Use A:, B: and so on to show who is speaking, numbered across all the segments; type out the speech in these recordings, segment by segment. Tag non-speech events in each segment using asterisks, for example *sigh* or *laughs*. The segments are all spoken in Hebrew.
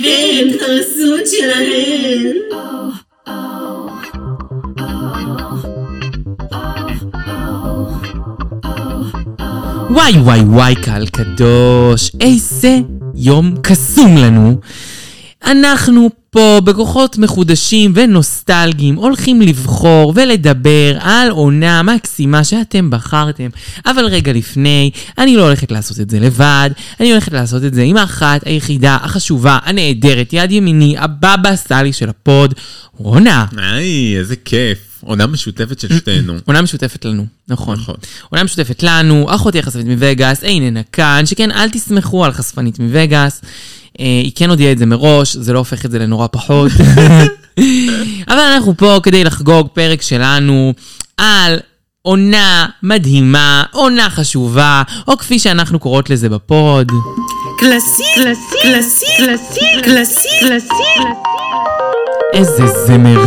A: הם חרסות שלהם.
B: וואי וואי וואי קהל קדוש, איזה יום קסום לנו. אנחנו פה בכוחות מחודשים ונוסטלגיים הולכים לבחור ולדבר על עונה מקסימה שאתם בחרתם. אבל רגע לפני, אני לא הולכת לעשות את זה לבד, אני הולכת לעשות את זה עם האחת, היחידה, החשובה, הנהדרת, יד ימיני, הבבא סאלי של הפוד, רונה.
C: היי, איזה כיף. עונה משותפת של שתינו.
B: עונה משותפת לנו, נכון.
C: נכון.
B: עונה משותפת לנו, אחותי החשפנית מווגאס, איננה כאן, שכן אל תסמכו על חשפנית מווגאס. אה, היא כן הודיעה את זה מראש, זה לא הופך את זה לנורא פחות. *laughs* אבל אנחנו פה כדי לחגוג פרק שלנו על עונה מדהימה, עונה חשובה, או כפי שאנחנו קוראות לזה בפוד.
A: קלאסי, קלאסי, קלאסי, קלאסי, קלאסי, קלאסי.
B: איזה זמר.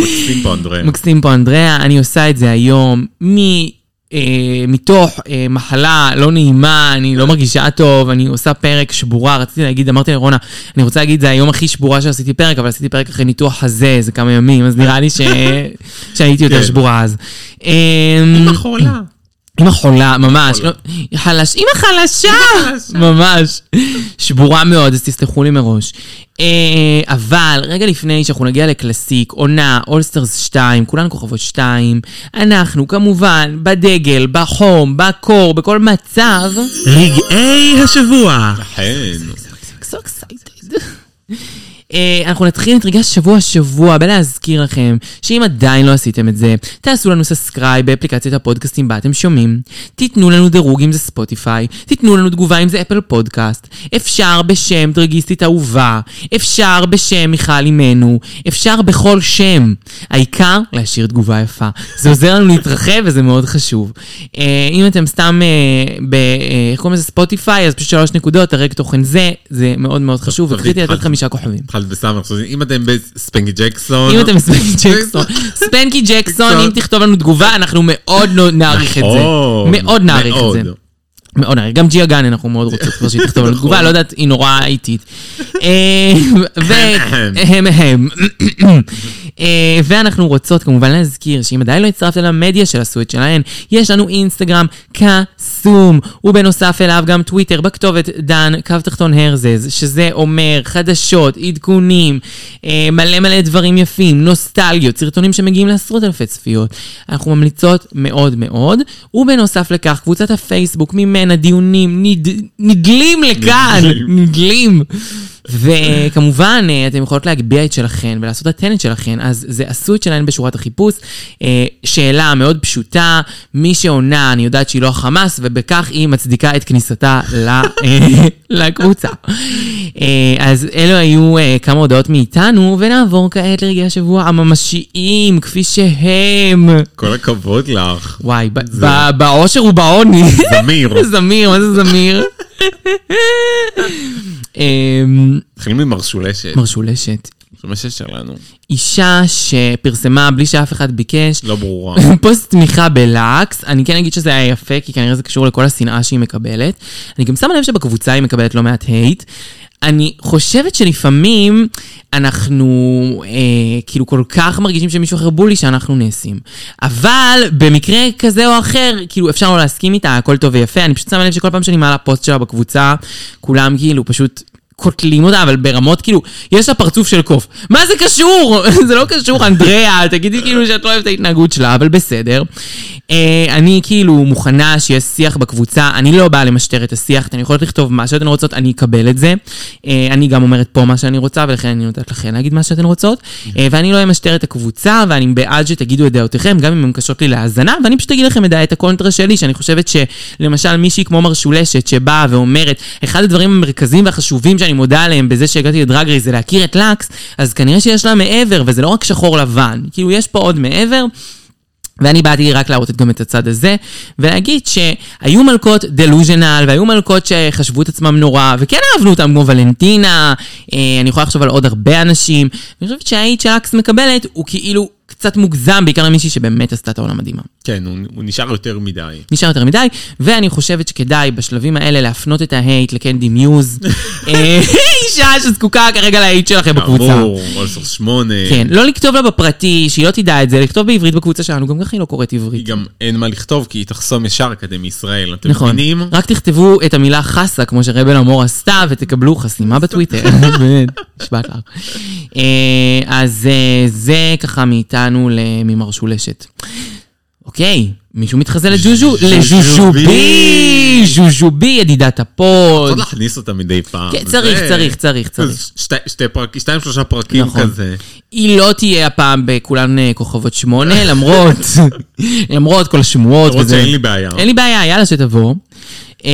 C: מקסים פה, אנדרי.
B: מקסים פה אנדריאה, אני עושה את זה היום מ... אה, מתוך אה, מחלה לא נעימה, אני לא מרגישה טוב, אני עושה פרק שבורה, רציתי להגיד, אמרתי לרונה, אני רוצה להגיד, זה היום הכי שבורה שעשיתי פרק, אבל עשיתי פרק אחרי ניתוח חזה, זה כמה ימים, אז נראה לי ש... שהייתי יותר
C: כן.
B: שבורה אז. אה,
C: חולה.
B: אימא חולה, נכון, ממש.
C: חולה.
B: לא, חלש, אימא חלשה! ממש. שבורה מאוד, אז תסלחו לי מראש. אה, אבל רגע לפני שאנחנו נגיע לקלאסיק, עונה, אולסטרס 2, כולן כוכבות 2, אנחנו כמובן בדגל, בחום, בקור, בכל מצב.
D: רגעי השבוע.
C: אכן.
B: so excited. אה, אנחנו נתחיל את רגע שבוע שבוע בלהזכיר לכם שאם עדיין לא עשיתם את זה, תעשו לנו סאסקרייב באפליקציית הפודקאסטים בה אתם שומעים, תיתנו לנו דירוג אם זה ספוטיפיי, תיתנו לנו תגובה אם זה אפל פודקאסט, אפשר בשם דרגיסטית אהובה, אפשר בשם מיכל אימנו, אפשר בכל שם, העיקר להשאיר תגובה יפה. זה עוזר לנו להתרחב וזה מאוד חשוב. אה, אם אתם סתם אה, ב... אה, איך קוראים לזה? ספוטיפיי, אז פשוט שלוש נקודות, הרג תוכן זה, זה מאוד מאוד חשוב,
C: תביא,
B: ורציתי לתת
C: התחלת.
B: חמישה כוכבים.
C: התחלת בסאמר, עכשיו, אם אתם בספנקי ג'קסון.
B: אם אתם ספנקי ג'קסון, ספנקי ג'קסון, אם תכתוב לנו תגובה, אנחנו מאוד נו- נעריך את זה.
C: נכון,
B: מאוד נעריך את זה.
C: מאוד.
B: מאוד נעריך. גם ג'יה גן אנחנו מאוד רוצות כבר שהיא תכתוב לנו
C: נכון.
B: תגובה, לא יודעת, היא נורא איטית. אה, ו...
C: *clears throat* אהם.
B: אהם, אהם. *clears throat* אה, ואנחנו רוצות כמובן להזכיר שאם עדיין לא הצטרפתם למדיה של עשו את שלהן, יש לנו אינסטגרם קסום, ובנוסף אליו גם טוויטר בכתובת דן, קו תחתון הרזז, שזה אומר חדשות, עדכונים, אה, מלא מלא דברים יפים, נוסטלגיות, סרטונים שמגיעים לעשרות אלפי צפיות. אנחנו ממליצות מאוד מאוד, ובנוסף לכך קבוצת הפייסבוק, ממנה דיונים נד... נדלים לכאן, נדלים. וכמובן, אה, אתם יכולות להגביה את שלכן ולעשות הטנט שלכן, אז זה עשו את שלהן בשורת החיפוש. אה, שאלה מאוד פשוטה, מי שעונה, אני יודעת שהיא לא החמאס, ובכך היא מצדיקה את כניסתה ל- אה, *laughs* לקבוצה. אה, אז אלו היו אה, כמה הודעות מאיתנו, ונעבור כעת לרגעי השבוע הממשיים, כפי שהם.
C: כל הכבוד לך.
B: וואי, ב- ב- בעושר ובעוני. *laughs*
C: זמיר.
B: זמיר, מה זה זמיר? אמ,
C: מתחילים עם מרשולשת.
B: מרשולשת.
C: מרשולשת שלנו.
B: אישה שפרסמה בלי שאף אחד ביקש, *laughs*
C: לא ברורה.
B: פוסט תמיכה בלאקס, אני כן אגיד שזה היה יפה, כי כנראה זה קשור לכל השנאה שהיא מקבלת. אני גם שמה לב שבקבוצה היא מקבלת לא מעט הייט. אני חושבת שלפעמים אנחנו אה, כאילו כל כך מרגישים שמישהו אחר בולי שאנחנו נעשים. אבל במקרה כזה או אחר, כאילו אפשר לא להסכים איתה, הכל טוב ויפה. אני פשוט שמה לב שכל פעם שאני מעלה פוסט שלה בקבוצה, כולם כאילו פשוט קוטלים אותה, אבל ברמות כאילו, יש לה פרצוף של קוף. מה זה קשור? *laughs* זה לא קשור, אנדריאה, תגידי כאילו שאת לא אוהבת את ההתנהגות שלה, אבל בסדר. אה, אני כאילו מוכנה שיש שיח בקבוצה, אני לא באה למשטר את השיח, אתן יכולות לכתוב מה שאתן רוצות, אני אקבל את זה. אה, אני גם אומרת פה מה שאני רוצה, ולכן אני נותנת לכן להגיד מה שאתן רוצות. אה, ואני לא אמשטר את הקבוצה, ואני בעד שתגידו את דעותיכם, גם אם הן קשות לי להאזנה, ואני פשוט אגיד לכם את דעת הקונטרה שלי, שאני חושבת שלמשל מישהי כמו מרשולשת, שבאה ואומרת, אחד הדברים המרכזיים והחשובים שאני מודה עליהם בזה שהגעתי לדרג רייס זה להכיר את לקס, אז כנראה שיש לה מעבר, וזה לא רק שחור לבן, כאילו יש פה עוד מעבר. ואני באתי רק להראות את גם את הצד הזה, ולהגיד שהיו מלכות דלוז'נל, והיו מלכות שחשבו את עצמם נורא, וכן אהבנו אותם כמו ולנטינה, אה, אני יכולה לחשוב על עוד הרבה אנשים. אני חושבת שהאיט שאקס מקבלת הוא כאילו קצת מוגזם, בעיקר למישהי שבאמת עשתה את העולם מדהימה.
C: כן, הוא הוא נשאר יותר מדי.
B: נשאר יותר מדי, ואני חושבת שכדאי בשלבים האלה להפנות את ההייט לקנדי מיוז, אה, אישה שזקוקה כרגע להייט שלכם בקבוצה.
C: כאמור, אולסור שמונה.
B: כן, לא לכתוב לה בפרטי, שהיא לא תדע את זה, לכתוב בעברית בקבוצה שלנו, גם ככה היא לא קוראת
C: היא
B: עברית.
C: גם אין מה לכתוב, כי היא תחסום ישר אקדמי ישראל. אתם
B: נכון.
C: מבינים?
B: רק תכתבו את המילה חסה, כמו שרבל אמור עשתה, ותקבלו חסימה
C: *laughs*
B: בטוויטר. באמת, נשבעת לך. אה, אז אה, זה ככה מאיתנו ל- ממרשולשת. אוקיי, מישהו מתחזה לג'וז'ו? לג'וז'ובי! ז'וז'ובי, ידידת הפוד.
C: צריך להכניס אותה מדי פעם.
B: כן, צריך,
C: זה-
B: צריך, צריך,
C: זה
B: צריך.
C: שתי- שתי פרק- שתיים, שלושה פרקים
B: נכון.
C: כזה.
B: היא לא תהיה הפעם בכולן אה, כוכבות שמונה,
C: *laughs*
B: למרות, למרות כל השמועות.
C: למרות
B: וזה.
C: שאין לי בעיה.
B: אין לי בעיה, יאללה שתבוא. אה,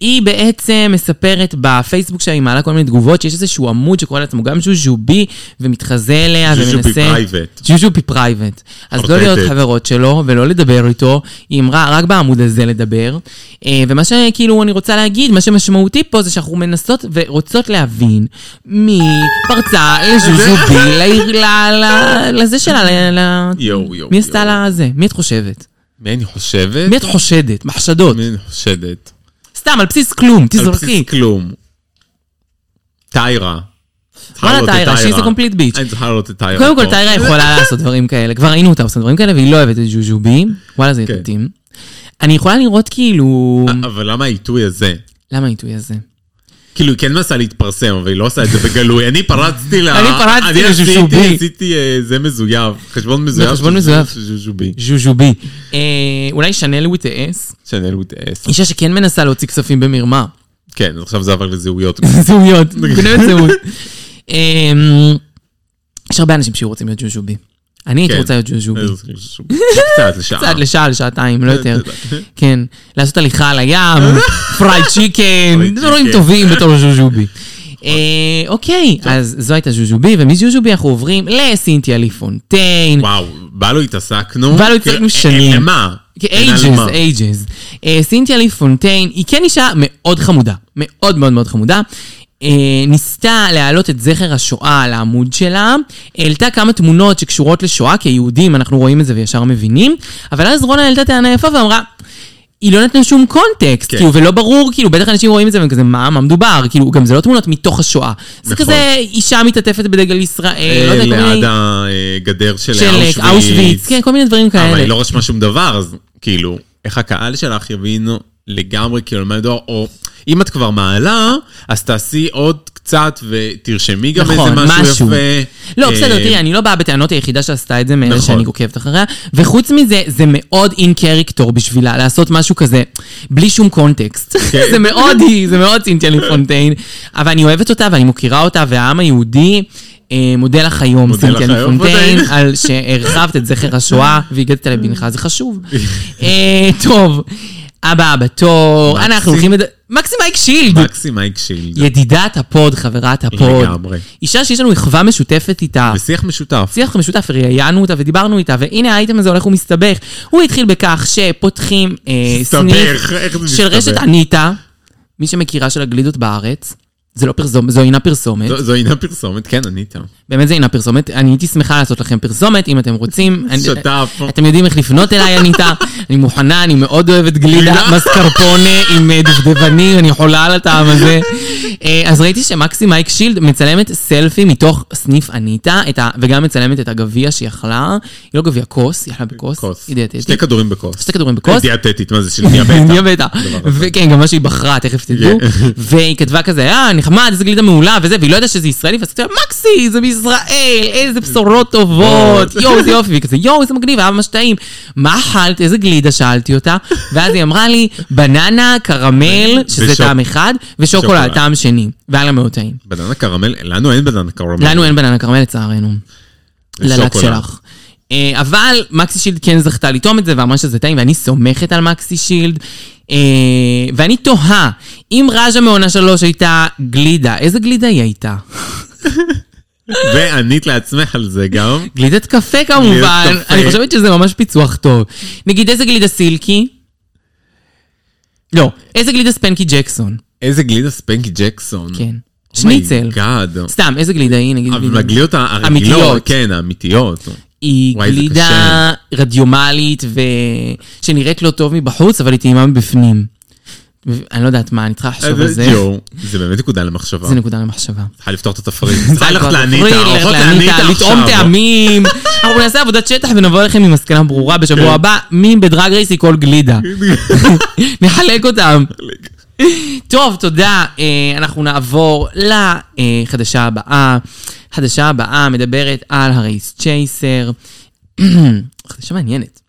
B: היא בעצם מספרת בפייסבוק שלה, היא מעלה כל מיני תגובות, שיש איזשהו עמוד שקורא לעצמו גם ז'וז'ובי, ומתחזה אליה ומנסה...
C: ז'וז'ובי פרייבט.
B: ז'וז'ובי פרייבט. אז לא
C: פרטטת.
B: להיות חברות שלו ולא לדבר איתו, היא אמרה רק בעמוד הזה לדבר. אה, ומה שכאילו אני רוצה להגיד, מה שמשמעותי פה זה שאנחנו מנסות ורוצות להבין מי פרצה לז'וז'ובי, ל- ל- ל- לזה שלה, ל- ל-
C: יואו, יואו.
B: מי עשתה
C: יואו.
B: לה זה? מי את חושבת?
C: מי אני חושבת?
B: מי את חושדת? מחשדות.
C: מי אני חושדת?
B: סתם, על בסיס כלום,
C: על
B: תזרקי.
C: בסיס כלום. טיירה. צריכה
B: וואלה,
C: להעלות את
B: טיירה, she's a complete bitch.
C: אני צריכה להעלות לא את טיירה.
B: קודם כל,
C: פה.
B: טיירה
C: *laughs*
B: יכולה לעשות דברים כאלה. כבר ראינו אותה עושה דברים כאלה, והיא לא אוהבת את ג'וג'ובי. וואלה, זה
C: כן.
B: יתודים. אני יכולה לראות כאילו...
C: אבל למה העיתוי הזה?
B: למה העיתוי הזה?
C: כאילו, היא כן מנסה להתפרסם, אבל היא לא עושה את זה בגלוי. אני פרצתי לה...
B: אני פרצתי
C: אני
B: לז'וז'ובי.
C: עשיתי- עשיתי אה, זה מזויף. חשבון מזויף.
B: בחשבון
C: של
B: מזויף.
C: ז'וז'ובי.
B: ז'וז'ובי. אה, אולי שנאל וויט אס?
C: שנאל וויט אס.
B: אישה שכן מנסה להוציא כספים במרמה.
C: כן, אז עכשיו *laughs* זה עבר לזהויות.
B: *laughs* זהויות, גנבת זהות. אמ, יש הרבה אנשים שהיו רוצים להיות ג'וז'ובי. אני הייתי
C: כן.
B: רוצה להיות ג'וז'ובי.
C: אז ז'וז'ובי. קצת לשעה. נכון.
B: קצת לשעה, לשעתיים, לא יותר.
C: קצת.
B: כן, לעשות הליכה על
C: *laughs*
B: הים, פרייד צ'יקן,
C: fried
B: דברים
C: chicken.
B: טובים בתור
C: *laughs*
B: ז'וז'ובי. אה, אוקיי, אז זו הייתה ז'וז'ובי, ומז'וז'ובי אנחנו עוברים לסינתיה ליפונטיין.
C: וואו, בא לו התעסקנו.
B: בא לו
C: כאילו,
B: לא התעסקנו
C: אה,
B: שנים. אה,
C: אה, למה?
B: כן,
C: אין על
B: אייג'ז,
C: מה.
B: אייג'ז. סינתיה לי פונטיין היא כן אישה מאוד חמודה, מאוד מאוד מאוד חמודה. אה, ניסתה להעלות את זכר השואה על העמוד שלה, העלתה כמה תמונות שקשורות לשואה, כיהודים אנחנו רואים את זה וישר מבינים, אבל אז רונה העלתה טענה יפה ואמרה... היא לא נתנה שום קונטקסט,
C: כן.
B: כאילו, ולא ברור, כאילו, בטח אנשים רואים את זה והם כזה, מה, מה מדובר? כאילו, גם זה לא תמונות מתוך השואה. זה
C: נכון.
B: כזה אישה מתעטפת בדגל ישראל, לא יודע, כל מיני...
C: אה, ליד הגדר של
B: של אה, אושוויץ, כן, כל מיני דברים כאלה.
C: אבל היא לא רשמה שום דבר, אז כאילו, איך הקהל שלך יבין לגמרי כאילו על מה מדובר, או אם את כבר מעלה, אז תעשי עוד קצת ותרשמי גם איזה
B: נכון,
C: משהו
B: משהו.
C: יפה.
B: לא, בסדר,
C: אה,
B: תראי, אני לא באה בטענות היחידה שעשתה את זה מאלה
C: נכון.
B: שאני עוקבת אחריה, וחוץ מזה, זה מאוד אין קריקטור בשבילה, לעשות משהו כזה, בלי שום קונטקסט.
C: אוקיי.
B: *laughs* זה מאוד היא, זה מאוד סינתיה לפונטיין, אבל אני אוהבת אותה ואני מוקירה אותה, והעם היהודי... אה, מודה לך היום,
C: מודה
B: סינתיה
C: לך היום,
B: לפונטיין,
C: מודה.
B: על שהרחבת את זכר
C: *laughs*
B: השואה והגדת לבנך, זה חשוב. אה, טוב, הבאה בתור,
C: מקסי.
B: אנחנו הולכים... לד- מקסי מייק שילד.
C: מקסי מייק שילד.
B: ידידת הפוד, חברת הפוד.
C: לגמרי.
B: אישה שיש לנו אחווה משותפת איתה.
C: בשיח משותף.
B: שיח משותף, ראיינו אותה ודיברנו איתה, והנה האייטם הזה הולך ומסתבך. הוא התחיל בכך שפותחים אה,
C: מסתבך,
B: סניף
C: איך זה
B: של
C: מסתבך?
B: רשת אניטה, מי שמכירה של הגלידות בארץ. זה לא פרסומת, זו אינה פרסומת.
C: זו זו אינה פרסומת, כן, ענית.
B: באמת זה אינה פרסומת. אני הייתי שמחה לעשות לכם פרסומת, אם אתם רוצים. אני-
C: שת"פ.
B: אתם יודעים איך לפנות אליי, אניטה. אני מוכנה, אני מאוד אוהבת גלידה,
C: גלידה.
B: מסקרפונה עם אה, דובדבנים, אני חולה על הטעם הזה. אה, אז ראיתי שמקסי מייק שילד מצלמת סלפי מתוך סניף אניטה, את ה- וגם מצלמת את הגביע שהיא אכלה. היא לא גביע, כוס, היא אכלה בכוס.
C: כוס.
B: היא דיאטטית.
C: שתי אה, כדורים בכוס.
B: שתי כדורים בכוס.
C: כן, דיאטטית, מה זה של דיאבטה?
B: דיאבטה. וכן, גם מה שהיא בחרה, תכף תדעו. והיא כתבה כזה, אה, נחמד, איזה גלידה מעולה וזה, והיא לא ידעה שזה ישראלי, ואז היא כתבה, מקסי, זה מישראל, איזה בשורות טובות, יואו, איזה יופי, והיא כזה, יואו, איזה מגניב, היה ממש טעים. מה אכלת, איזה גלידה, שאלתי אותה, ואז היא אמרה לי, בננה, קרמל, שזה
C: ושוק-
B: טעם אחד, ושוקולד,
C: שוקולד.
B: טעם שני, והיה לה מאוד טעים.
C: בננה קרמל? לנו אין בננה קרמל.
B: לנו אין בננה קרמל לצערנו. ללק
C: שוקולד.
B: שלך. אה, אבל מקסי שילד כן זכתה לטעום את זה ואמרה שזה טעים, ואני סומכת על מקסי שילד. אה, ואני תוהה, אם ראז'ה מעונה שלוש הייתה גלידה, איזה גלידה היא הייתה?
C: וענית לעצמך על זה גם.
B: גלידת קפה כמובן,
C: גלידת קפה.
B: אני חושבת שזה ממש פיצוח טוב. נגיד איזה גלידה סילקי? לא, איזה גלידה ספנקי ג'קסון?
C: איזה גלידה ספנקי ג'קסון. Oh
B: כן. שניצל.
C: גאד.
B: סתם, איזה גלידה היא? נגיד גלידה-
C: אבל הגליות הרגילות,
B: אמיתיות.
C: כן, האמיתיות.
B: היא היא
C: וואי, זה
B: גלידה רדיומלית ו... שנראית לא טוב מבחוץ, אבל היא טעימה מבפנים. ו- אני לא יודעת מה, אני צריכה לחשוב על
C: אבל
B: זה.
C: אה, יואו, זה באמת נקודה למחשבה.
B: זה נקודה למחשבה.
C: צריכה לפתוח את התפריט. צריכה ללכת
B: כבר
C: להניטה,
B: אפריל,
C: הולכות
B: ללכת
C: להניטה
B: להניטה, לטעום
C: עכשיו.
B: טעמים. אנחנו נעשה עבודת שטח ונבוא אליכם עם מסקנה ברורה
C: כן.
B: בשבוע הבא, מי בדרג רייס היא כל
C: *laughs*
B: גלידה. נחלק אותם. טוב, תודה. אה, אנחנו נעבור לחדשה הבאה. החדשה הבאה מדברת על הרייס צ'ייסר. חדשה מעניינת.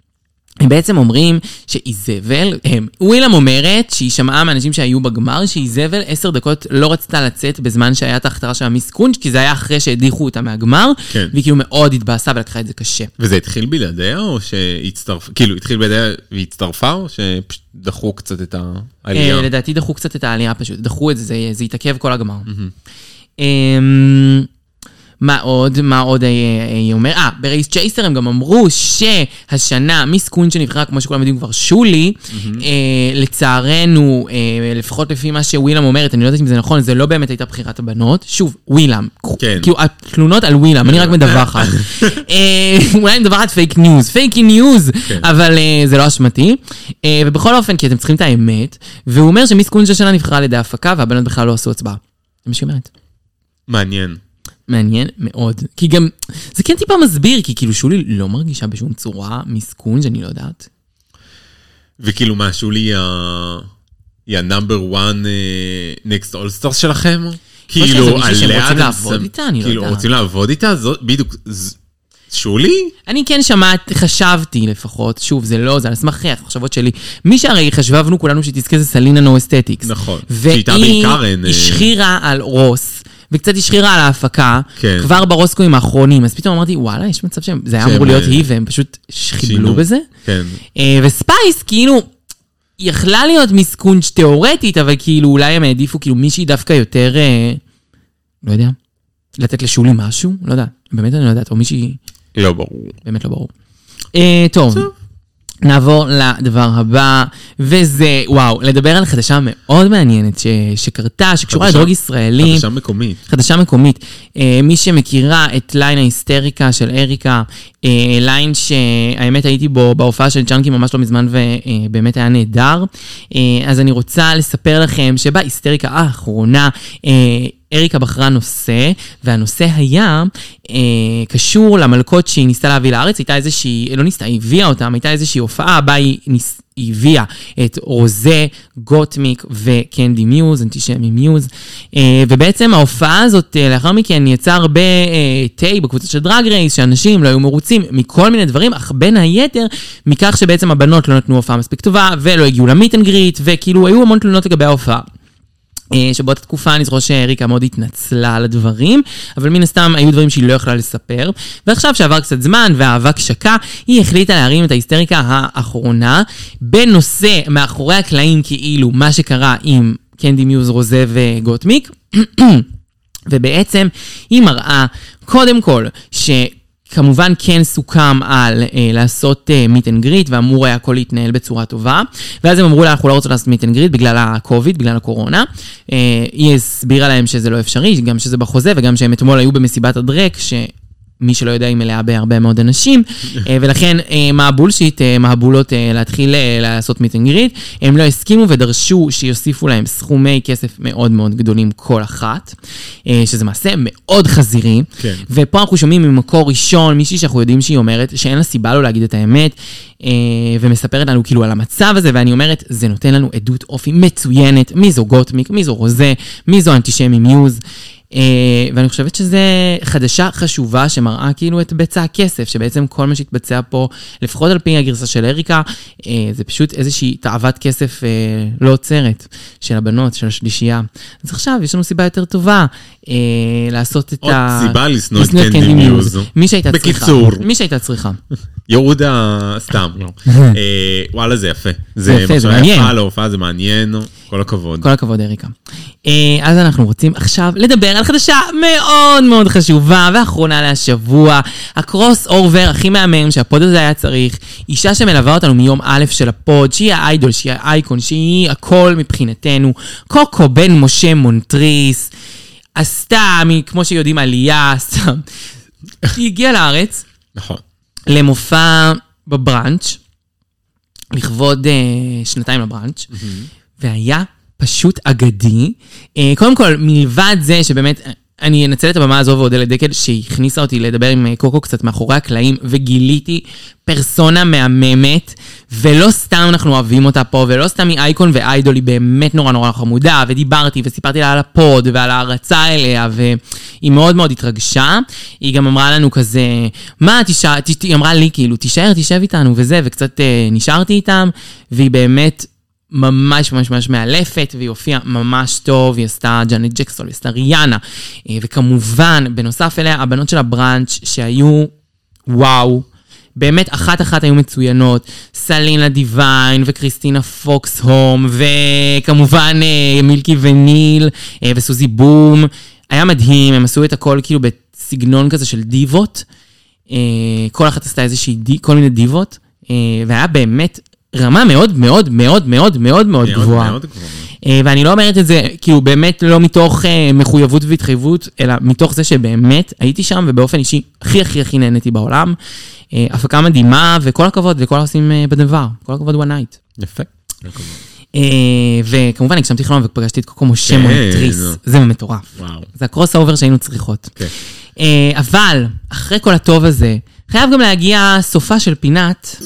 B: הם בעצם אומרים שאיזבל, הם, ווילם אומרת שהיא שמעה מאנשים שהיו בגמר שאיזבל עשר דקות לא רצתה לצאת בזמן שהיה את ההכתרה של המיס קונץ', כי זה היה אחרי שהדיחו אותה מהגמר,
C: כן.
B: והיא כאילו מאוד התבאסה ולקחה את זה קשה.
C: וזה התחיל בלעדיה או שהצטרפה, כאילו התחיל בלעדיה והצטרפה או שפשוט דחו קצת את העלייה?
B: אה, לדעתי דחו קצת את העלייה פשוט, דחו את זה, זה, זה התעכב כל הגמר. אה, מה עוד? מה עוד אה, אה, היא אומרת? אה, ברייס צ'ייסר הם גם אמרו שהשנה מיס קון שנבחרה, כמו שכולם יודעים כבר, שולי, אה, לצערנו, אה, לפחות לפי מה שווילם אומרת, אני לא יודעת אם זה נכון, זה לא באמת הייתה בחירת הבנות. שוב, ווילם.
C: כן.
B: כאילו, התלונות על ווילם, אני רק מדווחת. אה, אולי אני מדווחת פייק ניוז, פייק ניוז, אבל אה, זה לא אשמתי. אה, ובכל אופן, כי אתם צריכים את האמת, והוא אומר שמיס קונג' השנה נבחרה על ידי ההפקה, והבנות בכלל לא עשו הצבעה. זה מה שהיא אומרת.
C: מעניין.
B: מעניין מאוד. כי גם, זה כן טיפה מסביר, כי כאילו שולי לא מרגישה בשום צורה מיס קונג', אני לא יודעת.
C: וכאילו מה, שולי היא ה- היא ה-number one אה, next all stars שלכם? כאילו,
B: אוקיי, מישהו שהם
C: עליה
B: רוצים
C: אתם
B: לעבוד
C: שם-
B: איתה? אני לא
C: כאילו,
B: יודעת.
C: רוצים לעבוד איתה? זאת- בדיוק. ז- שולי?
B: אני כן שמעת, חשבתי לפחות, שוב, זה לא, זה על סמך המחשבות שלי. מי שהרי חשבבנו כולנו שהיא תזכה זה סלינה נו אסתטיקס.
C: נכון. שאיתה
B: והיא
C: בעיקר אין, אה,
B: השחירה על רוס, וקצת השחירה על ההפקה,
C: כן.
B: כבר ברוסקוים האחרונים, אז פתאום אמרתי, וואלה, יש מצב שהם, זה היה
C: שהם,
B: אמור להיות
C: אה,
B: היא, והם פשוט חיבלו
C: שינו.
B: בזה.
C: כן.
B: אה, וספייס, כאילו, יכלה להיות מיס קונץ' תיאורטית, אבל כאילו, אולי הם העדיפו כאילו מישהי דווקא יותר, אה, לא יודע, לתת לשולי משהו? לא יודע, באמת אני לא יודעת, או מישהי...
C: לא ברור.
B: באמת לא ברור. אה, טוב, נעבור לדבר הבא, וזה, וואו, לדבר על חדשה מאוד מעניינת ש, שקרתה, שקשורה
C: חדשה-
B: לדרוג ישראלי.
C: חדשה מקומית.
B: חדשה מקומית. אה, מי שמכירה את ליין ההיסטריקה של אריקה, אה, ליין שהאמת הייתי בו בהופעה של צ'אנקי ממש לא מזמן ובאמת היה נהדר, אה, אז אני רוצה לספר לכם שבהיסטריקה האחרונה, אה, אריקה בחרה נושא, והנושא היה אה, קשור למלכות שהיא ניסתה להביא לארץ, הייתה איזושהי, לא ניסתה, היא הביאה אותם, הייתה איזושהי הופעה בה היא ניס... היא הביאה את רוזה, גוטמיק וקנדי מיוז, אנטישמי מיוז. אה, ובעצם ההופעה הזאת, אה, לאחר מכן, יצאה הרבה אה, תה בקבוצה של דרג רייס, שאנשים לא היו מרוצים מכל מיני דברים, אך בין היתר, מכך שבעצם הבנות לא נתנו הופעה מספיק טובה, ולא הגיעו למיט אנד גריט, וכאילו היו המון תלונות לגבי ההופעה. אה, שבאותה תקופה אני זוכר שאריקה מאוד התנצלה על הדברים, אבל מן הסתם היו דברים שהיא לא יכלה לספר. ועכשיו שעבר קצת זמן והאבק שקע, היא החליטה להרים את ההיסטריקה האחרונה בנושא מאחורי הקלעים כאילו מה שקרה עם קנדי מיוז, אה, רוזה וגוטמיק. ובעצם היא מראה, קודם כל, ש... כמובן כן סוכם על אה, לעשות אה, meet and greet, ואמור היה הכל להתנהל בצורה טובה. ואז הם אמרו לה, אנחנו לא רוצים לעשות meet and greet בגלל ה-COVID, בגלל הקורונה. אה, היא הסבירה להם שזה לא אפשרי, גם שזה בחוזה, וגם שהם אתמול היו במסיבת הדרק, ש... מי שלא יודע, היא מלאה בהרבה מאוד אנשים, אה, ולכן אה, מה הבולשיט, אה, מה הבולות אה, להתחיל אה, לעשות meet and greet. הם לא הסכימו ודרשו שיוסיפו להם סכומי כסף מאוד מאוד גדולים כל אחת, אה, שזה מעשה מאוד חזירי.
C: כן.
B: ופה אנחנו שומעים ממקור ראשון, מישהי שאנחנו יודעים שהיא אומרת שאין לה סיבה לא להגיד את האמת, אה, ומספרת לנו כאילו על המצב הזה, ואני אומרת, זה נותן לנו עדות אופי מצוינת, מי זו גוטמיק, מי זו רוזה, מי זו אנטישמי מיוז. אה, ואני חושבת שזה חדשה חשובה שמראה כאילו את בצע הכסף, שבעצם כל מה שהתבצע פה, לפחות על פי הגרסה של אריקה, אה, זה פשוט איזושהי תאוות כסף אה, לא עוצרת של הבנות, של השלישייה. אז עכשיו יש לנו סיבה יותר טובה אה, לעשות את
C: עוד
B: ה...
C: סיבה לשנוא את
B: לשנוא
C: קנדי מיוז.
B: מי שהייתה צריכה.
C: בקיצור.
B: מי שהייתה צריכה.
C: יהודה, סתם, לא. אה, וואלה, זה יפה.
B: זה יפה, זה
C: מחשבה
B: מעניין.
C: יפה על ההופעה, זה מעניין, כל הכבוד.
B: כל הכבוד, אריקה. אה, אז אנחנו רוצים עכשיו לדבר על חדשה מאוד מאוד חשובה ואחרונה להשבוע. הקרוס אובר הכי מהמם שהפוד הזה היה צריך. אישה שמלווה אותנו מיום א' של הפוד, שהיא האיידול, שהיא האייקון, שהיא הכל מבחינתנו. קוקו בן משה מונטריס. עשתה, מ- כמו שיודעים, עלייה, סתם. היא הגיעה לארץ.
C: נכון.
B: למופע בבראנץ', לכבוד אה, שנתיים לבראנץ', והיה פשוט אגדי. אה, קודם כל, מלבד זה שבאמת... אה, אני אנצל את הבמה הזו ואודה לדקל שהכניסה אותי לדבר עם אה, קוקו קצת מאחורי הקלעים וגיליתי פרסונה מהממת ולא סתם אנחנו אוהבים אותה פה ולא סתם היא אייקון ואיידול היא באמת נורא נורא חמודה ודיברתי וסיפרתי לה על הפוד ועל ההערצה אליה והיא מאוד מאוד התרגשה. היא גם אמרה לנו כזה, מה תישאר, ת- היא אמרה לי כאילו תישאר תשב איתנו וזה וקצת אה, נשארתי איתם והיא באמת ממש ממש ממש מאלפת, והיא הופיעה ממש טוב, היא עשתה ג'אנט ג'קסון, היא עשתה ריאנה. אה, וכמובן, בנוסף אליה, הבנות של הבראנץ' שהיו, וואו, באמת אחת-אחת היו מצוינות, סלינה דיוויין וקריסטינה פוקס הום, וכמובן אה, מילקי וניל אה, וסוזי בום. היה מדהים, הם עשו את הכל כאילו בסגנון כזה של דיבות. אה, כל אחת עשתה איזושהי, די, כל מיני דיבות, אה, והיה באמת רמה מאוד מאוד מאוד מאוד מאוד מאוד
C: מאוד
B: גבוהה.
C: מאוד גבוהה.
B: אה, ואני לא אומרת את זה, כאילו, באמת לא מתוך אה, מחויבות והתחייבות, אלא מתוך זה שבאמת הייתי שם, ובאופן אישי הכי הכי הכי נהניתי בעולם. אה, הפקה מדהימה, וכל הכבוד לכל העושים אה, בדבר. כל הכבוד one night.
C: יפה.
B: אה, וכמובן, הגשמתי חלום ופגשתי את קוקו משה
C: כן,
B: מונטריס.
C: נו.
B: זה מטורף.
C: וואו.
B: זה הקרוס אובר שהיינו צריכות.
C: כן.
B: אה, אבל, אחרי כל הטוב הזה, חייב גם להגיע סופה של פינת.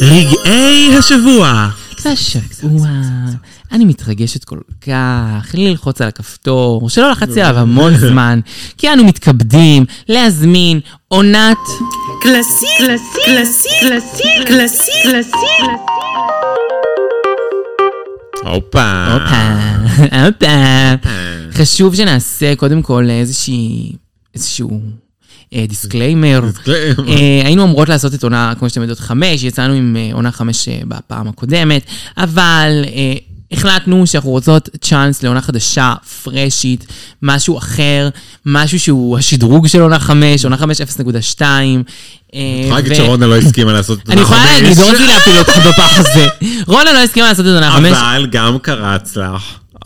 D: רגעי השבוע.
B: השבוע, אני מתרגשת כל כך, לי ללחוץ על הכפתור, שלא לחצתי עליו המון זמן, כי אנו מתכבדים להזמין עונת
A: Classique, classique, classique, classique, classique,
C: הופה.
B: הופה, הופה. אה, חשוב שנעשה קודם כל איזושהי, איזשהו אה, דיסקליימר.
C: דיסקליימר.
B: אה, היינו אמורות לעשות את עונה, כמו שאתם יודעות, חמש, יצאנו עם אה, עונה חמש אה, בפעם הקודמת, אבל אה, החלטנו שאנחנו רוצות צ'אנס לעונה חדשה, פרשית, משהו אחר, משהו שהוא השדרוג של עונה חמש, עונה חמש 0.2. אה,
C: יכולה להגיד
B: ו-
C: שרונה לא הסכימה לעשות את
B: אני יכולה
C: החמש,
B: להגיד, לא רציתי להפיל אותך בפח הזה. רונה לא הסכימה לעשות את עונה חמש,
C: אבל גם קרץ לך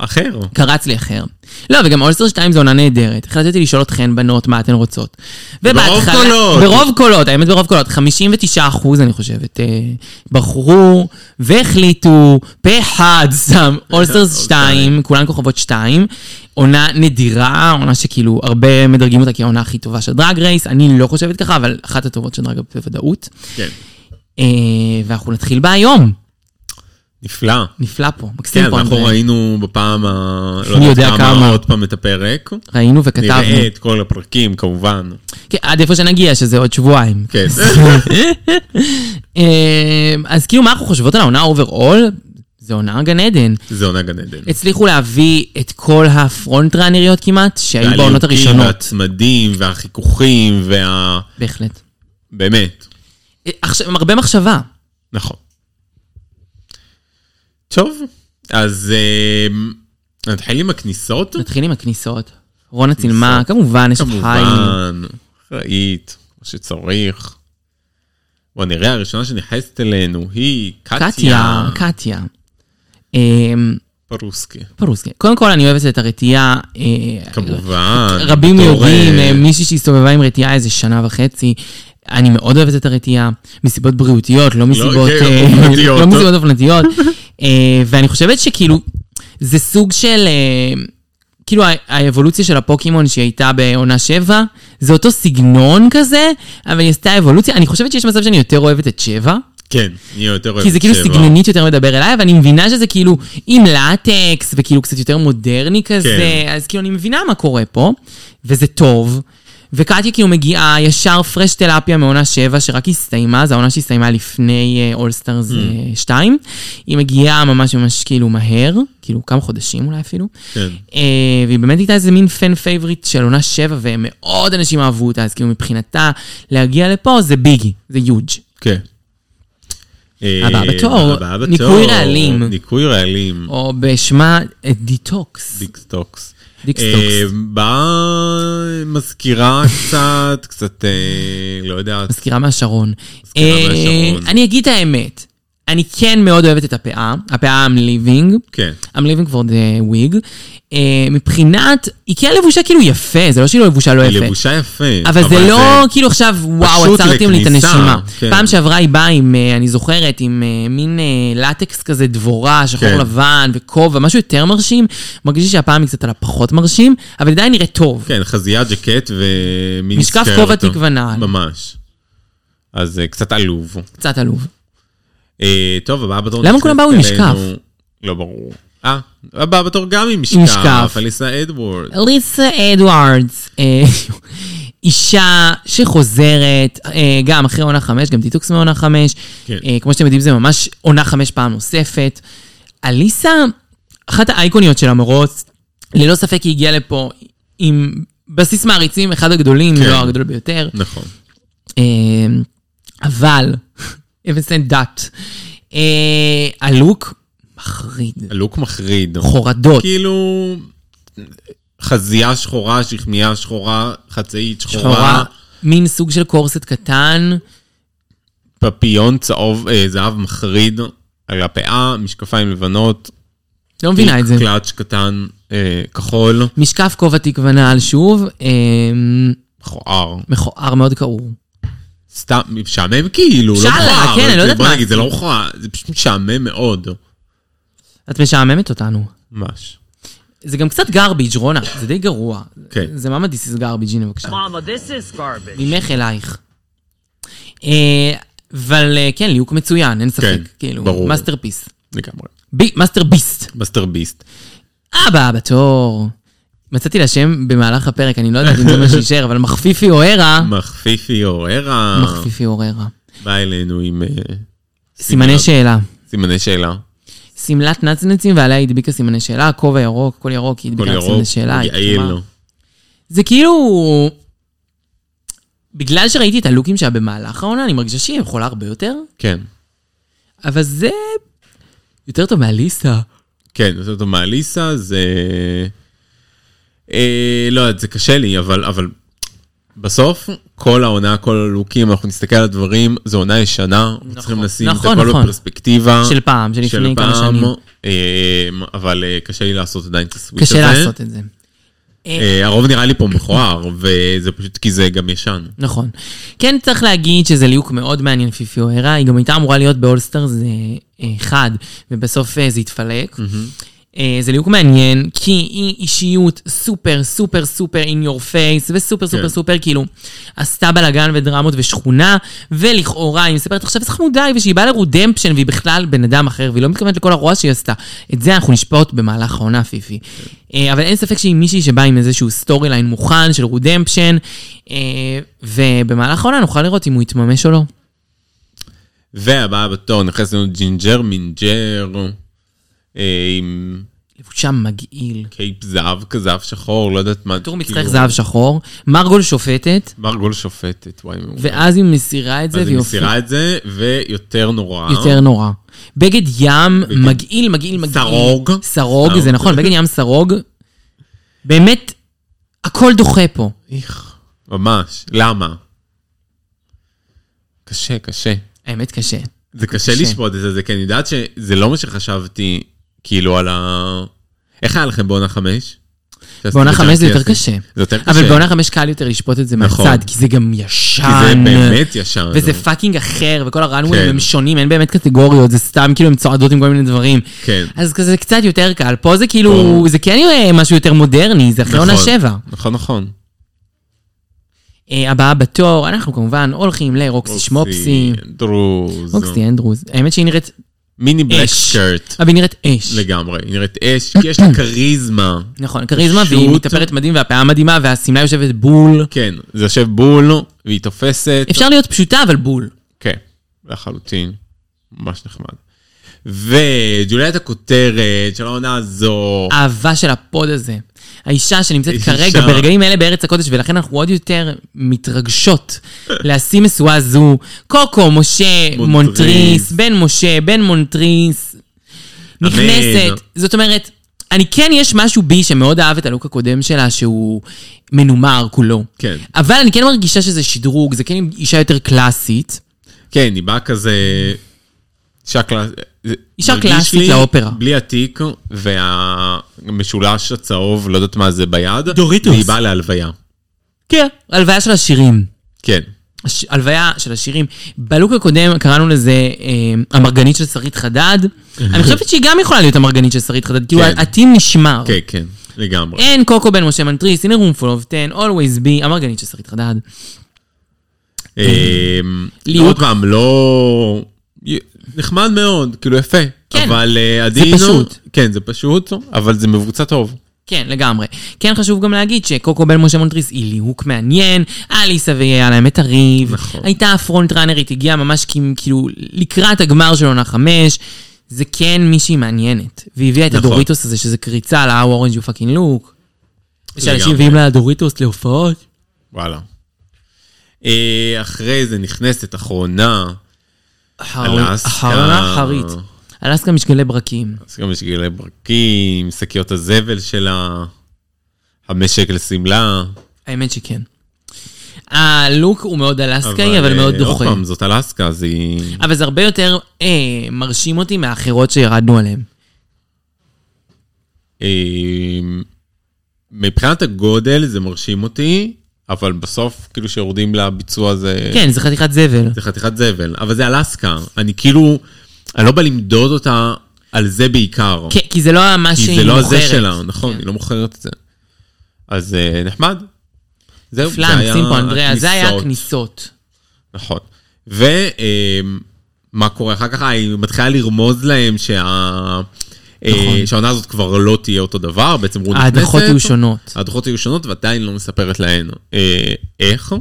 C: אחר.
B: קרץ לי אחר. לא, וגם אולסטר 2 זו עונה נהדרת. החלטתי לשאול אתכן, בנות, מה אתן רוצות. ובהתחלה-
C: קולות.
B: ברוב קולות, האמת ברוב קולות. 59 אחוז, אני חושבת, אה, בחרו והחליטו, פה אחד,
C: *laughs*
B: סתם, אולסטר
C: אוקיי.
B: 2, כולן כוכבות 2. עונה נדירה, עונה שכאילו הרבה מדרגים אותה כעונה הכי טובה של דרג רייס. אני לא חושבת ככה, אבל אחת הטובות של דרג רייס בוודאות.
C: כן.
B: אה, ואנחנו נתחיל בה היום.
C: נפלא.
B: נפלא פה, מקסים
C: כן,
B: פה.
C: אנחנו
B: אנדרי.
C: ראינו בפעם ה... לא
B: מי
C: יודעת
B: יודע כמה.
C: עוד פעם את הפרק.
B: ראינו וכתבנו.
C: נראה את כל הפרקים, כמובן.
B: כן, עד איפה שנגיע, שזה עוד שבועיים. *laughs*
C: כן.
B: אה, אז כאילו, מה אנחנו חושבות על העונה אוברול? זה עונה גן עדן.
C: זה עונה גן עדן.
B: הצליחו להביא את כל הפרונט ראנריות כמעט, שהיו בעונות
C: והליהוקים
B: הראשונות.
C: והצמדים, והחיכוכים, וה...
B: בהחלט.
C: באמת.
B: אה, עכשיו, עם הרבה מחשבה.
C: נכון. טוב, אז אמ, נתחיל עם הכניסות.
B: נתחיל עם הכניסות. רונה צילמה, כמובן, יש את חיים.
C: כמובן, אחראית, כמו שצריך. בוא נראה, הראשונה שנכנסת אלינו היא
B: קטיה,
C: קטיה
B: קטיה. אמ,
C: פרוסקי.
B: פרוסקי. קודם כל, אני אוהבת את הרתיעה. אה,
C: כמובן.
B: רבים
C: בתור,
B: יודעים,
C: אה,
B: אה, מישהי שהסתובבה עם רתיעה איזה שנה וחצי. אני מאוד אוהבת את הרתיעה, מסיבות בריאותיות, לא מסיבות
C: כן,
B: אה, *laughs*
C: אופנתיות.
B: לא מסיבות אופנתיות. אה, ואני חושבת שכאילו, זה סוג של, אה, כאילו ה- האבולוציה של הפוקימון שהיא הייתה בעונה 7, זה אותו סגנון כזה, אבל היא עשתה אבולוציה. אני חושבת שיש מצב שאני יותר אוהבת את 7.
C: כן, אני יותר אוהב
B: כי זה כאילו
C: שבע.
B: סגנונית יותר מדבר אליי, אבל אני מבינה שזה כאילו עם לטקס, וכאילו קצת יותר מודרני כזה,
C: כן.
B: אז כאילו אני מבינה מה קורה פה, וזה טוב. וקטיה כאילו מגיעה ישר פרש תלפיה מעונה 7, שרק הסתיימה, זו העונה שהסתיימה לפני אה,
C: Mm.
B: אולסטארס 2. היא מגיעה ממש ממש כאילו מהר, כאילו כמה חודשים אולי אפילו.
C: כן.
B: אה, והיא באמת הייתה איזה מין פן פייבוריט של עונה 7, ומאוד אנשים אהבו אותה, אז כאילו מבחינתה להגיע לפה זה ביגי, זה יוג'.
C: כן. אה,
B: הבאה בתור,
C: הבאה בתור,
B: ניקוי רעלים.
C: ניקוי רעלים.
B: או בשמה אה, דיטוקס.
C: דיקסטוקס.
B: דיקסטוקס.
C: אה, באה מזכירה קצת, קצת, אה, לא יודע,
B: מזכירה מהשרון.
C: מזכירה
B: אה,
C: מהשרון.
B: אני אגיד את האמת, אני כן מאוד אוהבת את הפאה, הפאה I'm living.
C: כן.
B: I'm living for the wig. אה, מבחינת, היא כן לבושה כאילו יפה, זה לא שהיא לא לבושה לא
C: היא
B: יפה.
C: לבושה יפה.
B: אבל זה לא כאילו עכשיו, וואו,
C: פשוט
B: עצרתם לי את
C: לכניסה,
B: הנשימה.
C: כן.
B: פעם שעברה היא באה עם, אה, אני זוכרת, עם אה, מין אה, לטקס כזה, דבורה, שחור
C: כן.
B: לבן וכובע, משהו יותר מרשים. מרגיש לי שהפעם היא קצת על הפחות מרשים, אבל עדיין נראית טוב.
C: כן, חזייה, ג'קט ומיני
B: משקף
C: סקרט.
B: כובע תקווה נעל.
C: ממש. אז אה, קצת עלוב.
B: קצת עלוב.
C: אה, טוב, הבאה בתור...
B: למה כולם באו עם
C: נכנסת
B: משקף?
C: אלינו- לא ברור. אה, הבאה בתור גם עם
B: עם
C: משקף.
B: משקף.
C: אליסה אדוורד.
B: ליסה אדוארדס, אה, *laughs* אישה שחוזרת, אה, גם אחרי עונה חמש, גם דיטוקס מעונה חמש.
C: כן.
B: אה, כמו שאתם יודעים, זה ממש עונה חמש פעם נוספת. אליסה, אחת האייקוניות של המרוץ, ללא ספק היא הגיעה לפה עם בסיס מעריצים, אחד הגדולים, אם
C: כן.
B: לא הגדול ביותר.
C: נכון.
B: אה, אבל, *laughs* אבן סטנד דאט, אה, הלוק מחריד,
C: הלוק מחריד.
B: חורדות.
C: כאילו... חזייה שחורה, שכמיה שחורה, חצאית
B: שחורה,
C: שחורה,
B: מין סוג של קורסט קטן,
C: פפיון צהוב, אה, זהב מחריד על הפאה, משקפיים לבנות,
B: לא מבינה את זה.
C: קלאץ' קטן, אה, כחול,
B: משקף כובע תקווה נעל שוב, אמ,
C: מכוער.
B: מכוער מאוד קעור.
C: סתם, משעמם כאילו, לא
B: שאלה,
C: מכוער.
B: כן, אני לא
C: זה-
B: יודעת
C: בוא
B: מה.
C: נגיד, זה לא מכוער, זה פשוט משעמם מאוד.
B: את משעממת אותנו.
C: ממש.
B: זה גם קצת גרביג', רונה, זה די גרוע.
C: כן.
B: זה מאמא דיס איז גרביג', הנה בבקשה.
E: Mama, this is garbage.
B: ממך אלייך. אה, אבל אה, כן, ליהוק מצוין, אין ספק.
C: כן,
B: כאילו,
C: ברור.
B: מאסטרפיס.
C: לגמרי.
B: בי- מאסטרביסט.
C: בסטר ביסט.
B: אבא בתור. מצאתי לה שם במהלך הפרק, אני לא יודעת אם זה
C: *laughs*
B: מה שיישאר, אבל מחפיפי אוהרה.
C: מחפיפי אוררה,
B: מחפיפי אוהרה.
C: בא אלינו עם אה,
B: סימני שאלה.
C: סימני שאלה.
B: שמלת נצנצים ועליה היא הדביקה סימני שאלה, כובע ירוק, כל ירוק, היא
C: כל
B: הדביקה
C: ירוק,
B: סימני שאלה. היא
C: יעיל.
B: כתומה. זה כאילו... בגלל שראיתי את הלוקים שלה במהלך העונה, אני מרגישה שהיא יכולה הרבה יותר,
C: כן.
B: אבל זה... יותר טוב מאליסה.
C: כן, עושה אותו מאליסה, זה... אה, לא יודעת, זה קשה לי, אבל, אבל בסוף, כל העונה, כל הלוקים, אנחנו נסתכל על הדברים, זו עונה ישנה, אנחנו צריכים לשים
B: נכון,
C: את הכל
B: נכון.
C: בפרספקטיבה.
B: של פעם, של לפני כמה
C: פעם,
B: שנים.
C: אה, אבל אה, קשה לי לעשות עדיין את הסוויץ' הזה.
B: קשה לעשות את זה.
C: אה, הרוב נראה לי פה מכוער, וזה פשוט כי זה גם ישן.
B: נכון. כן צריך להגיד שזה ליהוק מאוד מעניין, פיפי אוהרה, היא גם הייתה אמורה להיות באולסטר זה אה, אחד, ובסוף אה, זה התפלק. אה, זה ליהוק מעניין, כי היא אישיות סופר סופר סופר in your face, וסופר
C: כן.
B: סופר סופר כאילו עשתה בלאגן ודרמות ושכונה, ולכאורה היא מספרת עכשיו איזה חמודה היא, ושהיא באה לרודמפשן והיא בכלל בן אדם אחר, והיא לא מתכוונת לכל הרוע שהיא עשתה. את זה אנחנו נשפוט במהלך העונה, פיפי. אה, אבל אין ספק שהיא מישהי שבאה עם איזשהו סטורי ליין מוכן של רודמפשן, אה, ובמהלך העונה נוכל לראות אם הוא יתממש או לא.
C: והבאה בתור, נכנס לנו ג'ינג'ר מינג'ר, אה, עם
B: לבושה מגעיל.
C: קייפ זהב כזה, זהב שחור, לא יודעת מה.
B: טור מצטרך
C: כאילו-
B: זהב שחור, מרגול שופטת,
C: מרגול שופטת, וואי. מעולה.
B: ואז היא מסירה את זה,
C: אז היא
B: והיא הופכת
C: מסירה את זה, ויותר נורא.
B: יותר נורא. בגד ים מגעיל, מגעיל, מגעיל.
C: סרוג.
B: סרוג, זה
C: סרוג.
B: נכון, בגד ים סרוג. באמת, הכל דוחה פה.
C: איך. ממש. למה? קשה, קשה.
B: האמת קשה.
C: זה קשה
B: קשה.
C: לשפוט את זה, כי אני יודעת שזה לא מה שחשבתי, כאילו, על ה... איך היה לכם בעונה חמש?
B: בעונה
C: שעשיתי
B: חמש זה יותר
C: שעשיתי.
B: קשה.
C: זה יותר קשה.
B: אבל בעונה חמש קל יותר לשפוט את זה
C: נכון.
B: מהצד, כי זה גם
C: כי
B: ישן.
C: זה באמת ישן.
B: וזה פאקינג אחר, וכל
C: כן.
B: הראנוויים הם שונים, אין באמת קטגוריות, זה סתם כאילו הם צועדות עם כל מיני דברים.
C: כן.
B: אז כזה קצת יותר קל. פה זה כאילו,
C: פה-
B: זה כן יהיה משהו יותר מודרני, זה אחרי
C: נכון.
B: עונה שבע.
C: נכון, נכון.
B: אה, הבאה בתור, אנחנו כמובן הולכים לרוקסי שמופסי.
C: דרוז.
B: רוקסי אנדרוס. האמת שהיא נראית
C: מיני בלק
B: אש.
C: שרט.
B: אבל היא נראית אש.
C: לגמרי. היא נראית אש,
B: *clears throat*
C: כי יש לה כריזמה.
B: נכון, כריזמה, והיא
C: פשוט.
B: מתאפרת מדהים, והפאה מדהימה, והשמלה יושבת בול.
C: כן, זה יושב בול, והיא תופסת.
B: אפשר להיות פשוטה, אבל בול.
C: כן, לחלוטין. ממש נחמד. וג'וליית הכותרת של העונה הזו.
B: האהבה של הפוד הזה. האישה שנמצאת
C: האישה.
B: כרגע ברגעים אלה בארץ הקודש, ולכן אנחנו עוד יותר מתרגשות להשיא משואה זו. קוקו, משה,
C: מונטריס.
B: מונטריס, בן משה, בן מונטריס, נכנסת. זאת אומרת, אני כן, יש משהו בי שמאוד אהב את הלוק הקודם שלה, שהוא מנומר כולו.
C: כן.
B: אבל אני כן מרגישה שזה שדרוג, זה כן אישה יותר קלאסית.
C: כן, היא באה כזה... שקלה, זה
B: אישה
C: מרגיש
B: קלאסית
C: לי
B: לאופרה.
C: בלי התיק והמשולש הצהוב, לא יודעת מה זה ביד.
D: דוריטוס.
C: והיא באה להלוויה.
B: כן, הלוויה של השירים.
C: כן.
B: הש- הלוויה של השירים. בלוק הקודם קראנו לזה אה, המרגנית של שרית חדד. אני חושבת שהיא גם יכולה להיות המרגנית של שרית חדד, כאילו
C: כן.
B: הטים נשמר.
C: כן, כן, לגמרי.
B: אין קוקו בן משה מנטריס, הנה רומפולוב, תן, always be, המרגנית של שרית חדד.
C: אמ,
B: ליהוק.
C: עוד פעם, לא... נחמד מאוד, כאילו יפה.
B: כן.
C: אבל אה, עדינו...
B: פשוט.
C: כן, זה פשוט, אבל זה מבוצע טוב.
B: כן, לגמרי. כן חשוב גם להגיד שקוקו בן משה מונטריס היא ליהוק מעניין, אליסה והיה להם את הריב,
C: נכון.
B: הייתה הפרונט ראנרית, הגיעה ממש כ- כאילו לקראת הגמר של עונה חמש, זה כן מישהי מעניינת. והביאה את
C: נכון.
B: הדוריטוס הזה, שזה קריצה על ה-How orange you fucking look. שאנשים
C: לגמרי.
B: מביאים לה דוריטוס להופעות.
C: וואלה. אה, אחרי זה נכנסת אחרונה, אלסקה.
B: אחרונה אחרית. אלסקה משקלי ברקים.
C: אז גם יש גילי ברקים, שקיות הזבל שלה, המשק לשמלה.
B: האמת שכן. הלוק הוא מאוד אלסקאי, כן, אבל
C: אה,
B: מאוד
C: עוד
B: דוחה.
C: פעם, זאת אלסקה, אז היא...
B: אבל זה הרבה יותר אה, מרשים אותי מהאחרות שירדנו עליהן.
C: כן. אה, מבחינת הגודל זה מרשים אותי, אבל בסוף, כאילו, שיורדים לביצוע זה...
B: כן, זה חתיכת זבל.
C: זה חתיכת זבל, אבל זה אלסקה. אני כאילו, אני לא בא למדוד אותה על זה בעיקר.
B: כי, כי זה לא מה
C: כי
B: שהיא
C: זה לא
B: מוכרת.
C: הזה שלה, נכון,
B: כן.
C: היא לא מוכרת את זה. אז אה, נחמד. זהו,
B: נפלא, נשים פה אנדריה, זה היה הכניסות.
C: נכון. ומה קורה אחר כך? אה, היא מתחילה לרמוז להם שה... אה,
B: נכון.
C: שהעונה הזאת כבר לא תהיה אותו דבר, בעצם רות נכנסת.
B: ההדחות היו שונות.
C: ההדחות היו שונות ועדיין לא מספרת להן אה, איך.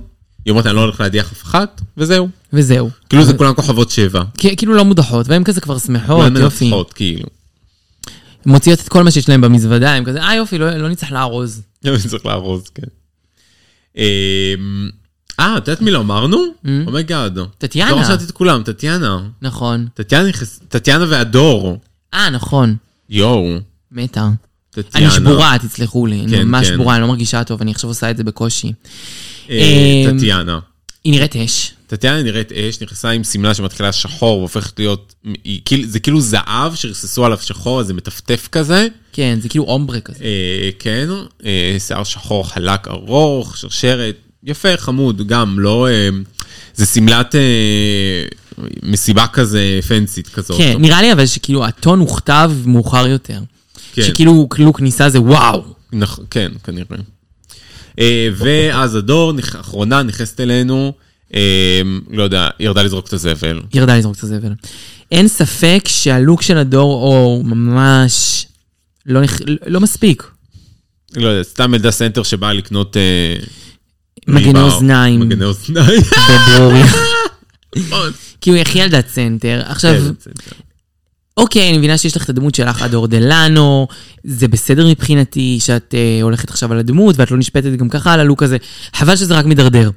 C: היא אומרת, אני לא הולכת להדיח אף אחת, וזהו.
B: וזהו.
C: כאילו זה כולן כוכבות שבע.
B: כי- כאילו לא מודחות, והן כזה כבר שמחות,
C: כולן
B: יופי.
C: מנצחות, לא, כאילו. *laughs*
B: הן מוציאות את כל מה שיש להן במזוודה, הן כזה, אה יופי, לא לא נצטרך לארוז.
C: אני צריך לארוז, כן. אמ, אה, את יודעת מי לא אמרנו? אומייגאד.
B: טטיאנה.
C: לא רשמתי את כולם, טטיאנה.
B: נכון.
C: טטיאנה נכנס- טטיאנה והדור.
B: אה, נכון.
C: יואו,
B: מתה.
C: טטיאנה.
B: אני שבורה, תסלחו לי. אני
C: כן,
B: ממש
C: כן.
B: שבורה, אני לא מרגישה טוב, אני עכשיו עושה את זה בקושי.
C: אה,
B: אמ,
C: טטיאנה.
B: היא נראית אש.
C: טטיאנה נראית אש, נכנסה עם שמלה שמתחילה שחור והופכת להיות, היא כאילו- זה כאילו זהב שריססו עליו שחור, אז זה מטפטף כזה.
B: כן, זה כאילו אומברה כזה.
C: אה, כן, אה, שיער שחור חלק ארוך, שרשרת, יפה, חמוד, גם לא... אה, זה שמלת אה, מסיבה כזה פנסית כזאת.
B: כן, נראה לי אבל שכאילו הטון הוכתב מאוחר יותר.
C: כן.
B: שכאילו כאילו כניסה זה וואו.
C: נכ- כן, כנראה. אה, ואז הדור, נכ- האחרונה, נכנסת אלינו, אה, לא יודע, היא ירדה לזרוק את הזבל.
B: היא ירדה לזרוק את הזבל. אין ספק שהלוק של הדור אור ממש לא, נכ... לא מספיק.
C: לא יודע, סתם ילדה סנטר שבאה לקנות... אה,
B: מגני
C: מלבר.
B: אוזניים. *laughs*
C: מגני אוזניים.
B: בברוריה. כאילו, איך ילדת סנטר. עכשיו,
C: כן.
B: אוקיי, אני מבינה שיש לך את הדמות שלך, הדור דלנו, זה בסדר מבחינתי שאת אה, הולכת עכשיו על הדמות ואת לא נשפטת גם ככה על הלוק הזה. חבל שזה רק מידרדר.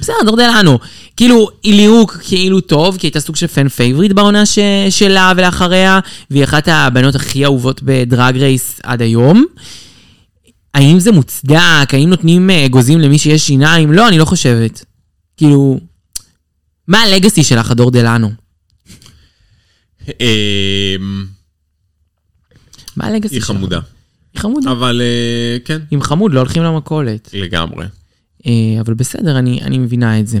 B: בסדר, דור דלנו. כאילו, היא ליהוק כאילו טוב, כי הייתה סוג של פן פייבוריט בעונה ש- שלה ולאחריה, והיא אחת הבנות הכי אהובות בדרג רייס עד היום. האם זה מוצדק? האם נותנים אה, אגוזים למי שיש שיניים? לא, אני לא חושבת. כאילו, מה הלגאסי שלך, הדור דלנו?
C: אה,
B: מה הלגאסי
C: היא
B: שלך?
C: חמודה.
B: היא חמודה.
C: אבל אה, כן,
B: אם חמוד, לא הולכים למכולת.
C: לגמרי.
B: אה, אבל בסדר, אני, אני מבינה את זה.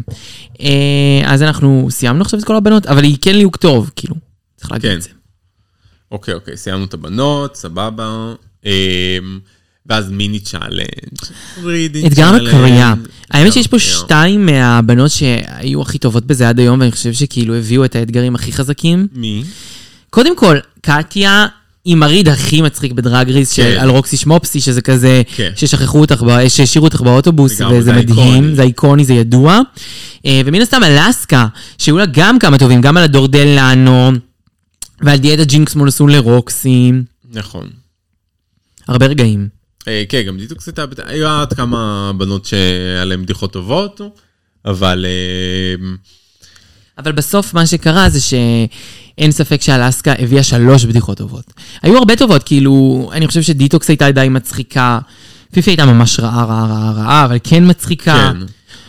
B: אה, אז אנחנו סיימנו עכשיו את כל הבנות, אבל היא כן ליהוק טוב, כאילו. צריך להגיד
C: כן.
B: את זה.
C: אוקיי, אוקיי, סיימנו את הבנות, סבבה. אמ, ואז מיני צ'אלנג'. רידינג
B: אתגר
C: צ'אלנג'. אוקיי.
B: הקריאה. האמת
C: אתגר
B: שיש פה
C: הקריאה.
B: שתיים מהבנות שהיו הכי טובות בזה עד היום, ואני חושב שכאילו הביאו את האתגרים הכי חזקים.
C: מי?
B: קודם כל, קטיה עם הריד הכי מצחיק בדרג ריס
C: כן.
B: של- על רוקסי שמופסי, שזה כזה,
C: כן.
B: ששכחו אותך, ב- שהשאירו אותך באוטובוס,
C: לגמרי,
B: וזה
C: זה
B: מדהים,
C: איקוני.
B: זה איקוני, זה ידוע. אה, ומן הסתם אלסקה, שהיו לה גם כמה טובים, גם על הדורדל לנו, ועל דיאטה ג'ינקס מולסון לרוקסי,
C: נכון.
B: הרבה רגעים.
C: אה, כן, גם דיטוקס הייתה, בת- היו עוד כמה בנות שהיה להן בדיחות טובות, אבל אמ,
B: אבל בסוף מה שקרה זה שאין ספק שאלסקה הביאה שלוש בדיחות טובות. היו הרבה טובות, כאילו, אני חושב שדיטוקס הייתה די מצחיקה. פיפי הייתה ממש רעה, רעה, רעה, רעה, אבל כן מצחיקה.
C: כן.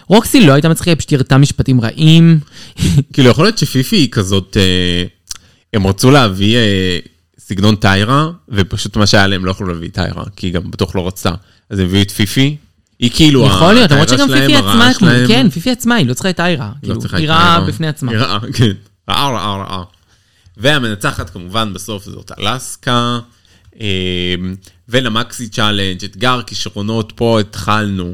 B: רוקסי לא הייתה מצחיקה, היא פשוט הרתה משפטים רעים.
C: כאילו, יכול להיות שפיפי היא כזאת, אה, הם רצו להביא אה, סגנון טיירה, ופשוט מה שהיה להם לא יכלו להביא טיירה, כי היא גם בטוח לא רצתה. אז הביאו את פיפי, היא כאילו,
B: יכול להיות, למרות
C: הטיירה
B: שגם פיפי
C: שלהם, הרעה
B: עצמה, כמו-
C: שלהם.
B: כן, פיפי עצמה, היא לא צריכה את איירה.
C: לא
B: כאילו,
C: צריכה
B: היא
C: את
B: רעה
C: טיירה.
B: בפני עצמה.
C: היא רעה, *laughs* כן. רעה, רעה, רעה. והמנצחת כמובן בסוף זאת אלסקה, אה, ולמקסי צ'אלנג', אתגר כישרונות, פה התחלנו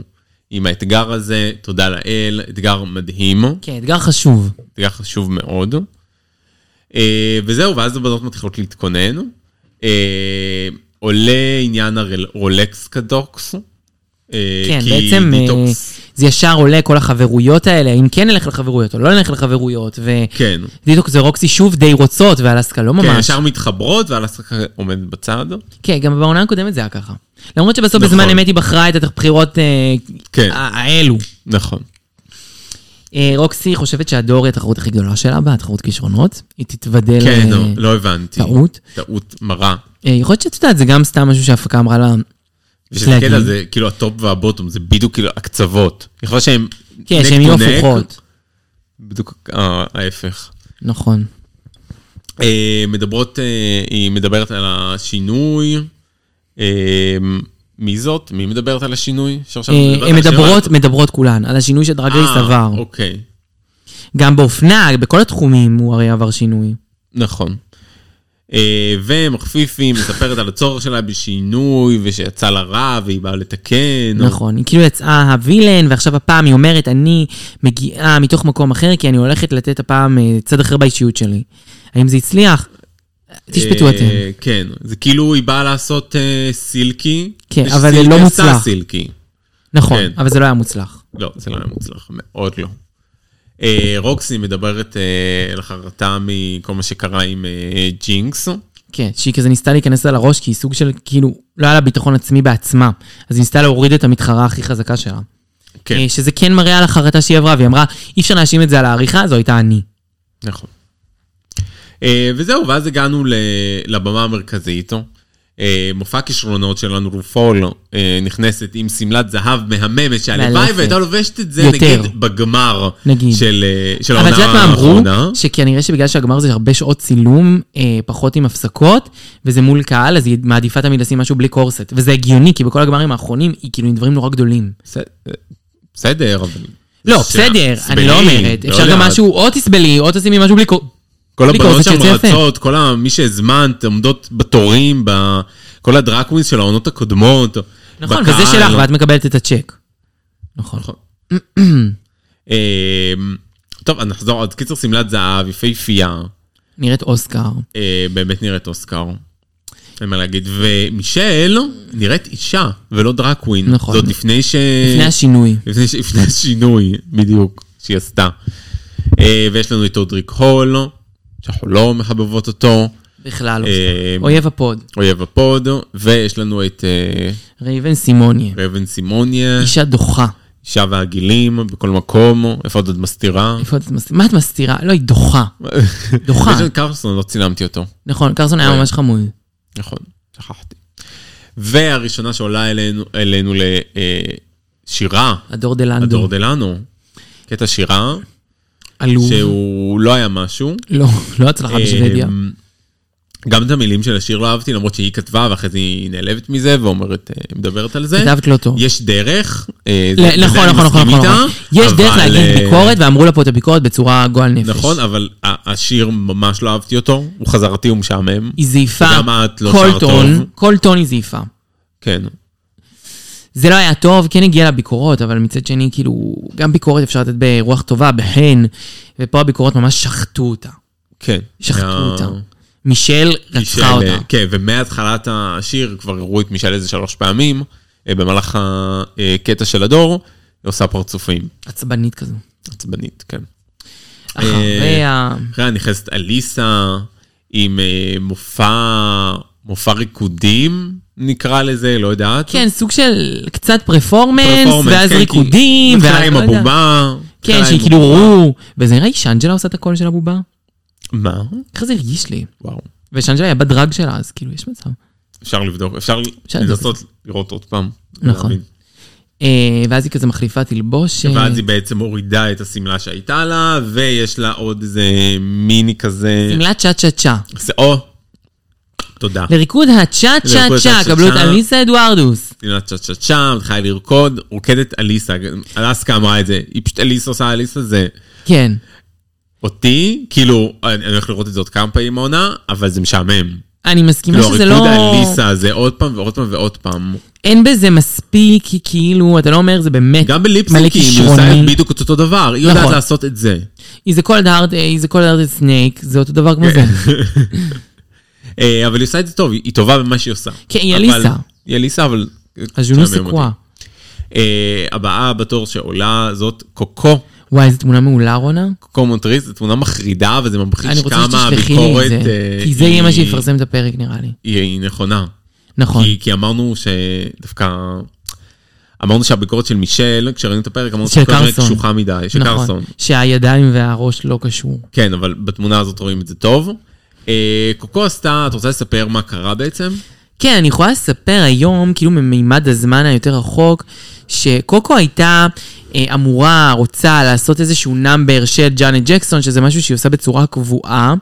C: עם האתגר הזה, תודה לאל, אתגר מדהים,
B: כן, אתגר חשוב.
C: אתגר חשוב מאוד. אה, וזהו, ואז הבנות מתחילות להתכונן. אה, עולה עניין הרולקס קדוקס. אה,
B: כן,
C: כי
B: בעצם אה,
C: דיטוקס-
B: זה ישר עולה כל החברויות האלה, אם כן נלך לחברויות או לא נלך לחברויות,
C: כן.
B: ודיטוקס ורוקסי שוב די רוצות, ואלסקה לא
C: כן,
B: ממש.
C: ישר מתחברות, ואלסקה עומד בצד.
B: כן, גם בעונה הקודמת זה היה ככה. למרות שבסוף
C: נכון.
B: בזמן אמת היא בחרה את הבחירות אה,
C: כן.
B: ה- האלו.
C: נכון.
B: אה, רוקסי חושבת שהדור היא התחרות הכי גדולה שלה בה, התחרות כישרונות. היא תתוודה ל...
C: כן, לא, לא הבנתי.
B: טעות?
C: טעות מרה.
B: אה, יכול להיות שאת יודעת, זה גם סתם משהו שההפקה אמרה לה.
C: ושתסתכל
B: להגיד.
C: על זה, כאילו הטופ והבוטום, זה בדיוק כאילו הקצוות. אני חושב שהם...
B: כן,
C: נק
B: שהן יהיו
C: ונק,
B: הפוכות.
C: בדיוק אה, ההפך.
B: נכון.
C: אה, מדברות, אה, היא מדברת על השינוי. אה, מי זאת? מי מדברת על השינוי? שעכשיו
B: אה,
C: מדברת
B: הן
C: על השינוי?
B: מדברות, מדברות כולן, על השינוי שדרג רייס
C: אה,
B: עבר.
C: אוקיי,
B: גם באופנה, בכל התחומים הוא הרי עבר שינוי.
C: נכון. אה, ומחפיפי מספרת על הצורך שלה בשינוי, ושיצא לה רע, והיא באה לתקן. או-
B: נכון, היא כאילו יצאה הווילן, ועכשיו הפעם היא אומרת, אני מגיעה מתוך מקום אחר, כי אני הולכת לתת הפעם אה, צד אחר באישיות שלי. האם זה הצליח? תשפטו
C: אה,
B: אתם.
C: כן, זה כאילו היא באה לעשות אה, סילקי.
B: כן,
C: ושסילקי
B: אבל זה לא
C: עשתה
B: מוצלח.
C: סילקי.
B: נכון,
C: כן.
B: אבל זה לא היה מוצלח.
C: לא, זה לא היה מוצלח, מאוד לא. אה, רוקסי מדברת אה, על חרטה מכל מה שקרה עם אה, ג'ינקס.
B: כן, שהיא כזה ניסתה להיכנס לה לראש, כי היא סוג של, כאילו, לא היה לה ביטחון עצמי בעצמה. אז היא ניסתה להוריד את המתחרה הכי חזקה שלה.
C: כן.
B: אה, שזה כן מראה על החרטה שהיא עברה, והיא אמרה, אי אפשר להאשים את זה על העריכה, זו הייתה אני.
C: נכון. אה, וזהו, ואז הגענו ל- לבמה המרכזית. אה, מופע כישרונות שלנו, רופול, אה, נכנסת עם שמלת זהב מהממת, שהלוואי
B: מאלפת.
C: והייתה לובשת את זה,
B: יותר.
C: נגיד, בגמר
B: נגיד.
C: של אה, של
B: אבל את
C: העונה
B: יודעת מה אמרו?
C: האחרונה.
B: שכנראה שבגלל שהגמר זה הרבה שעות צילום, אה, פחות עם הפסקות, וזה מול קהל, אז היא מעדיפה תמיד לשים משהו בלי קורסט. וזה הגיוני, כי בכל הגמרים האחרונים, היא כאילו עם דברים נורא גדולים.
C: בסדר, אה, בסדר, אבל...
B: לא,
C: זה שאלה.
B: בסדר,
C: סבלי,
B: אני לא אומרת.
C: לא
B: אפשר גם
C: יודע.
B: משהו, או תסבלי, או תשימי משהו בלי קורסט.
C: כל
B: בלי
C: הבנות
B: קורסט,
C: שם
B: שיוצא יפה.
C: רצות, כל ה- מי שהזמנת עומדות בתורים, ב- כל הדרקווינס של העונות הקודמות.
B: נכון,
C: בקהל.
B: וזה שלך, ואת מקבלת את הצ'ק. נכון.
C: אמ, טוב, אז נחזור עוד. קיצר, שמלת זהב, יפהפייה,
B: נראית אוסקר.
C: אה, באמת נראית אוסקר. אין מה להגיד. ומישל נראית אישה, ולא דרקווין.
B: נכון.
C: זאת לפני ש...
B: לפני השינוי.
C: לפני, ש- לפני השינוי, בדיוק, שהיא עשתה. אה, ויש לנו את אודריק הול, שאנחנו לא מחבבות אותו,
B: בכלל לא.
C: אה,
B: אויב הפוד.
C: אויב הפוד, ויש לנו את אה,
B: רייבן סימוניה.
C: רבן סימוניה,
B: אישה דוחה.
C: אישה והגילים, בכל מקום, איפה את עוד מסתירה?
B: איפה את מס- מה את מסתירה? לא, היא
C: *laughs*
B: דוחה. דוחה.
C: יש לנו אה. את קרסון, לא צילמתי אותו.
B: נכון, קרסון היה ממש חמוד.
C: נכון, שכחתי. והראשונה שעולה אלינו, אלינו לשירה,
B: הדור דה לנדו.
C: הדור דלנו. קטע שירה,
B: עלוב.
C: שהוא לא היה משהו.
B: לא, לא הצלחה בשוודיה.
C: אמ, גם את המילים של השיר לא אהבתי, למרות שהיא כתבה, ואחרי זה היא נעלבת מזה ואומרת, אה, מדברת על זה.
B: כתבת לא טוב.
C: יש דרך. אה, זה-
B: ל-
C: בזה
B: נכון,
C: אני
B: נכון, נכון,
C: מסכים
B: נכון.
C: איתה,
B: יש דרך
C: אבל,
B: להגיד
C: אה,
B: ביקורת, ואמרו לה פה את הביקורת בצורה גועל נפש.
C: נכון, אבל ה- השיר ממש לא אהבתי אותו, הוא חזרתי, הוא משעמם.
B: היא זייפה,
C: וגם את לא
B: כל
C: שרת
B: טון,
C: טוב.
B: כל טון היא זייפה.
C: כן,
B: זה לא היה טוב, כן הגיע לה ביקורות, אבל מצד שני, כאילו, גם ביקורת אפשר לתת ברוח טובה, בחן, ופה הביקורות ממש שחטו אותה.
C: כן.
B: שחטו
C: אה,
B: אותה. מישל
C: מישל,
B: רצחה אותה.
C: אה, כן, ומהתחלת השיר כבר הראו את מישל איזה שלוש פעמים, אה, במהלך הקטע של הדור, היא עושה פרצופים.
B: עצבנית כזו.
C: עצבנית, כן.
B: אחרי ה...
C: אחריה נכנסת אליסה עם אה, מופע, מופע ריקודים, נקרא לזה, לא יודעת.
B: כן, סוג של קצת פרפורמנס,
C: פרפורמנס,
B: ואז
C: כן, כי-
B: ריקודים,
C: מתחילה
B: ואז
C: עם
B: לא יודעת.
C: הבובה.
B: כן,
C: מתחילה
B: שהיא
C: עם
B: כאילו
C: הבובה.
B: רו, וזה נראה לי שאנג'לה עושה את הקול של הבובה.
C: מה?
B: איך זה הרגיש לי?
C: וואו.
B: ושאנג'לה היה בדרג שלה, אז כאילו, יש מצב.
C: אפשר לבדוק, אפשר
B: אפשר
C: לנסות לראות עוד פעם.
B: נכון.
C: להבין.
B: אה, ואז היא כזה מחליפה תלבושת.
C: ואז היא בעצם מורידה את השמלה שהייתה לה, ויש לה עוד איזה מיני כזה...
B: שמלת צ'ה צ'ה צ'ה.
C: זה- או, תודה.
B: לריקוד הצ'ה צ'ה
C: לריקוד
B: צ'ה,
C: הצ'ה
B: קבלו את
C: צ'ה.
B: אליסה אדוארדוס.
C: שמלת צ'ה צ'ה צ'ה, מתחילה לרקוד, רוקדת אליסה, אלסקה אמרה את זה, היא פשוט אליסה עושה אליסה זה.
B: כן.
C: אותי, כאילו, אני אני הולך לראות את זה עוד כמה פעמים העונה, אבל זה משעמם.
B: אני מסכימה
C: לא,
B: שזה לא...
C: ריקוד אליסה זה עוד פעם ועוד פעם ועוד פעם.
B: אין בזה מספיק, כי כאילו, אתה לא אומר, זה באמת
C: גם
B: מלא
C: בליפסינקים היא עושה
B: כישרוני.
C: בדיוק את אותו דבר, היא יודעת
B: נכון.
C: לעשות את זה.
B: איזה כל דארט, איזה כל דארט סנייק, זה אותו דבר כמו זה.
C: כן.
B: *laughs*
C: אה, אבל היא עושה את זה טוב, היא היא טובה במה שהיא עושה.
B: כן, היא
C: אבל-
B: אליסה.
C: היא אליסה, אבל...
B: הז'ונו
C: משעמם אותי.
B: סקווה.
C: אה, הבאה בתור שעולה זאת קוקו.
B: וואי, זו תמונה מעולה, רונה.
C: קוקו מונטריס, זו תמונה מחרידה, וזה
B: אני
C: ממחיש
B: רוצה
C: כמה
B: שתשלחי לי
C: הביקורת...
B: את זה.
C: אה,
B: כי זה יהיה מה
C: היא-
B: שיפרסם את הפרק, נראה לי.
C: היא- היא נכונה.
B: נכון.
C: כי, כי אמרנו שדווקא... אמרנו שהביקורת של מישל, כשראינו את הפרק, אמרנו
B: של
C: שהביקורת שלה
B: קרסון.
C: קשוחה מדי, של
B: נכון.
C: קרסון.
B: שהידיים והראש לא קשור.
C: כן, אבל בתמונה הזאת רואים את זה טוב. אה, קוקו עשתה, את רוצה לספר מה קרה בעצם?
B: כן, אני יכולה לספר היום, כאילו ממימד הזמן היותר רחוק, שקוקו הייתה אה, אמורה, רוצה לעשות איזשהו נאמבר של ג'אנט ג'קסון, שזה משהו שהיא עושה בצורה קבועה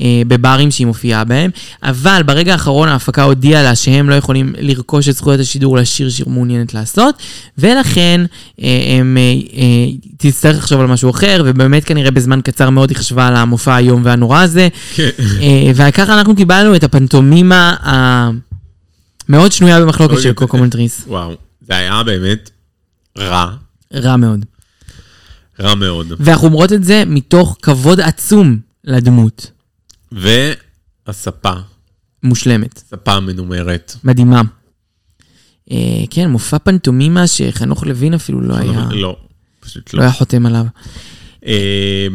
B: אה, בברים שהיא מופיעה בהם, אבל ברגע האחרון ההפקה הודיעה לה שהם לא יכולים לרכוש את זכויות השידור לשיר שהיא מעוניינת לעשות, ולכן אה, הם, אה, אה, תצטרך לחשוב על משהו אחר, ובאמת כנראה בזמן קצר מאוד היא חשבה על המופע האיום והנורא הזה,
C: כן.
B: אה, וככה אנחנו קיבלנו את הפנטומימה המאוד שנויה במחלוקת של
C: אוי,
B: קוקו מונטריס.
C: וואו, זה היה באמת רע,
B: רע מאוד.
C: רע מאוד.
B: ואנחנו אומרות את זה מתוך כבוד עצום לדמות.
C: והספה,
B: מושלמת.
C: ספה מנומרת.
B: מדהימה. אה, כן, מופע פנטומימה שחנוך לוין אפילו לא היה,
C: לא, פשוט
B: לא
C: לא.
B: היה חותם עליו.
C: אה,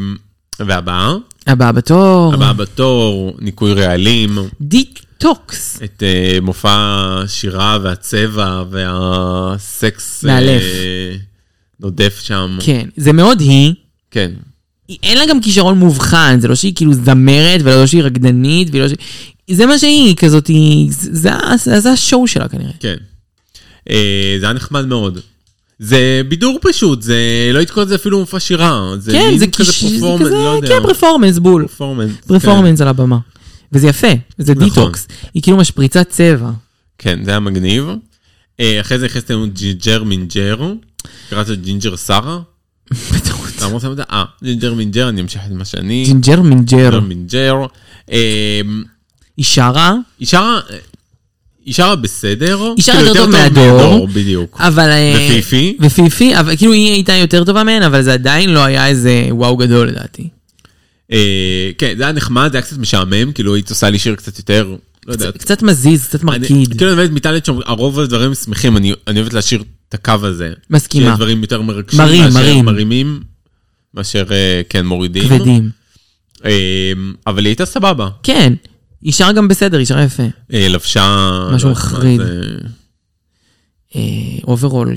C: והבאה,
B: הבא בתור,
C: הבאה בתור, ניקוי רעלים,
B: דיקטוקס.
C: את אה, מופע השירה והצבע והסקס...
B: מאלף.
C: אה, נודף שם.
B: כן, זה מאוד היא.
C: כן.
B: היא- אין לה גם כישרון מובחן, זה לא שהיא כאילו זמרת, ולא שהיא רקדנית, ולא ש... זה מה שהיא, היא כזאת, היא... זה, זה, ה- זה, זה השואו שלה כנראה.
C: כן. אה, זה היה נחמד מאוד. זה בידור פשוט, זה לא הייתי קורא לזה אפילו מופע שירה. זה
B: כן,
C: מין
B: זה כיש... זה
C: פרפורמנס,
B: כזה,
C: לא יודע.
B: כן, פרפורמנס בול.
C: פרפורמנס. כן.
B: פרפורמנס על הבמה. וזה יפה, זה
C: נכון.
B: דיטוקס. היא כאילו משפריצה צבע.
C: כן, זה היה מגניב. אה, אחרי זה נכנסת לנו ג'ינג'ר מינג'ר. קראת לו ג'ינג'ר שרה? אתה אמרת את זה? אה, ג'ינג'ר מינג'ר, אני אמשיך את מה שאני.
B: ג'ינג'ר מינג'ר.
C: ג'ינג'ר מינג'ר. אה,
B: היא שרה,
C: היא שרה... היא שרה בסדר?
B: היא שרה
C: כאילו,
B: יותר טוב מהדור.
C: בדיוק.
B: אבל... אה,
C: ופיפי?
B: ופיפי, אבל כאילו היא הייתה יותר טובה מהן, אבל זה עדיין לא היה איזה וואו גדול לדעתי.
C: אה, כן, זה היה נחמד, זה היה קצת משעמם, כאילו היית עושה לי שיר קצת יותר, לא יודע,
B: קצת מזיז, קצת
C: אני-
B: מרקיד.
C: כאילו, אני באמת מטאלית שם, הרוב הדברים שמחים, אני אני אוהבת להשאיר את הקו הזה.
B: מסכימה.
C: שיהיה דברים יותר מרגשים.
B: מרים,
C: מאשר
B: מרים.
C: מרימים, מאשר, אה, כן, מורידים.
B: כבדים.
C: אה, אבל היא הייתה סבבה.
B: כן, היא שרה גם בסדר, היא שרה יפה.
C: אה, לבשה...
B: משהו
C: לא יודעת מה
B: מחריד.
C: זה,
B: אה, אוברול,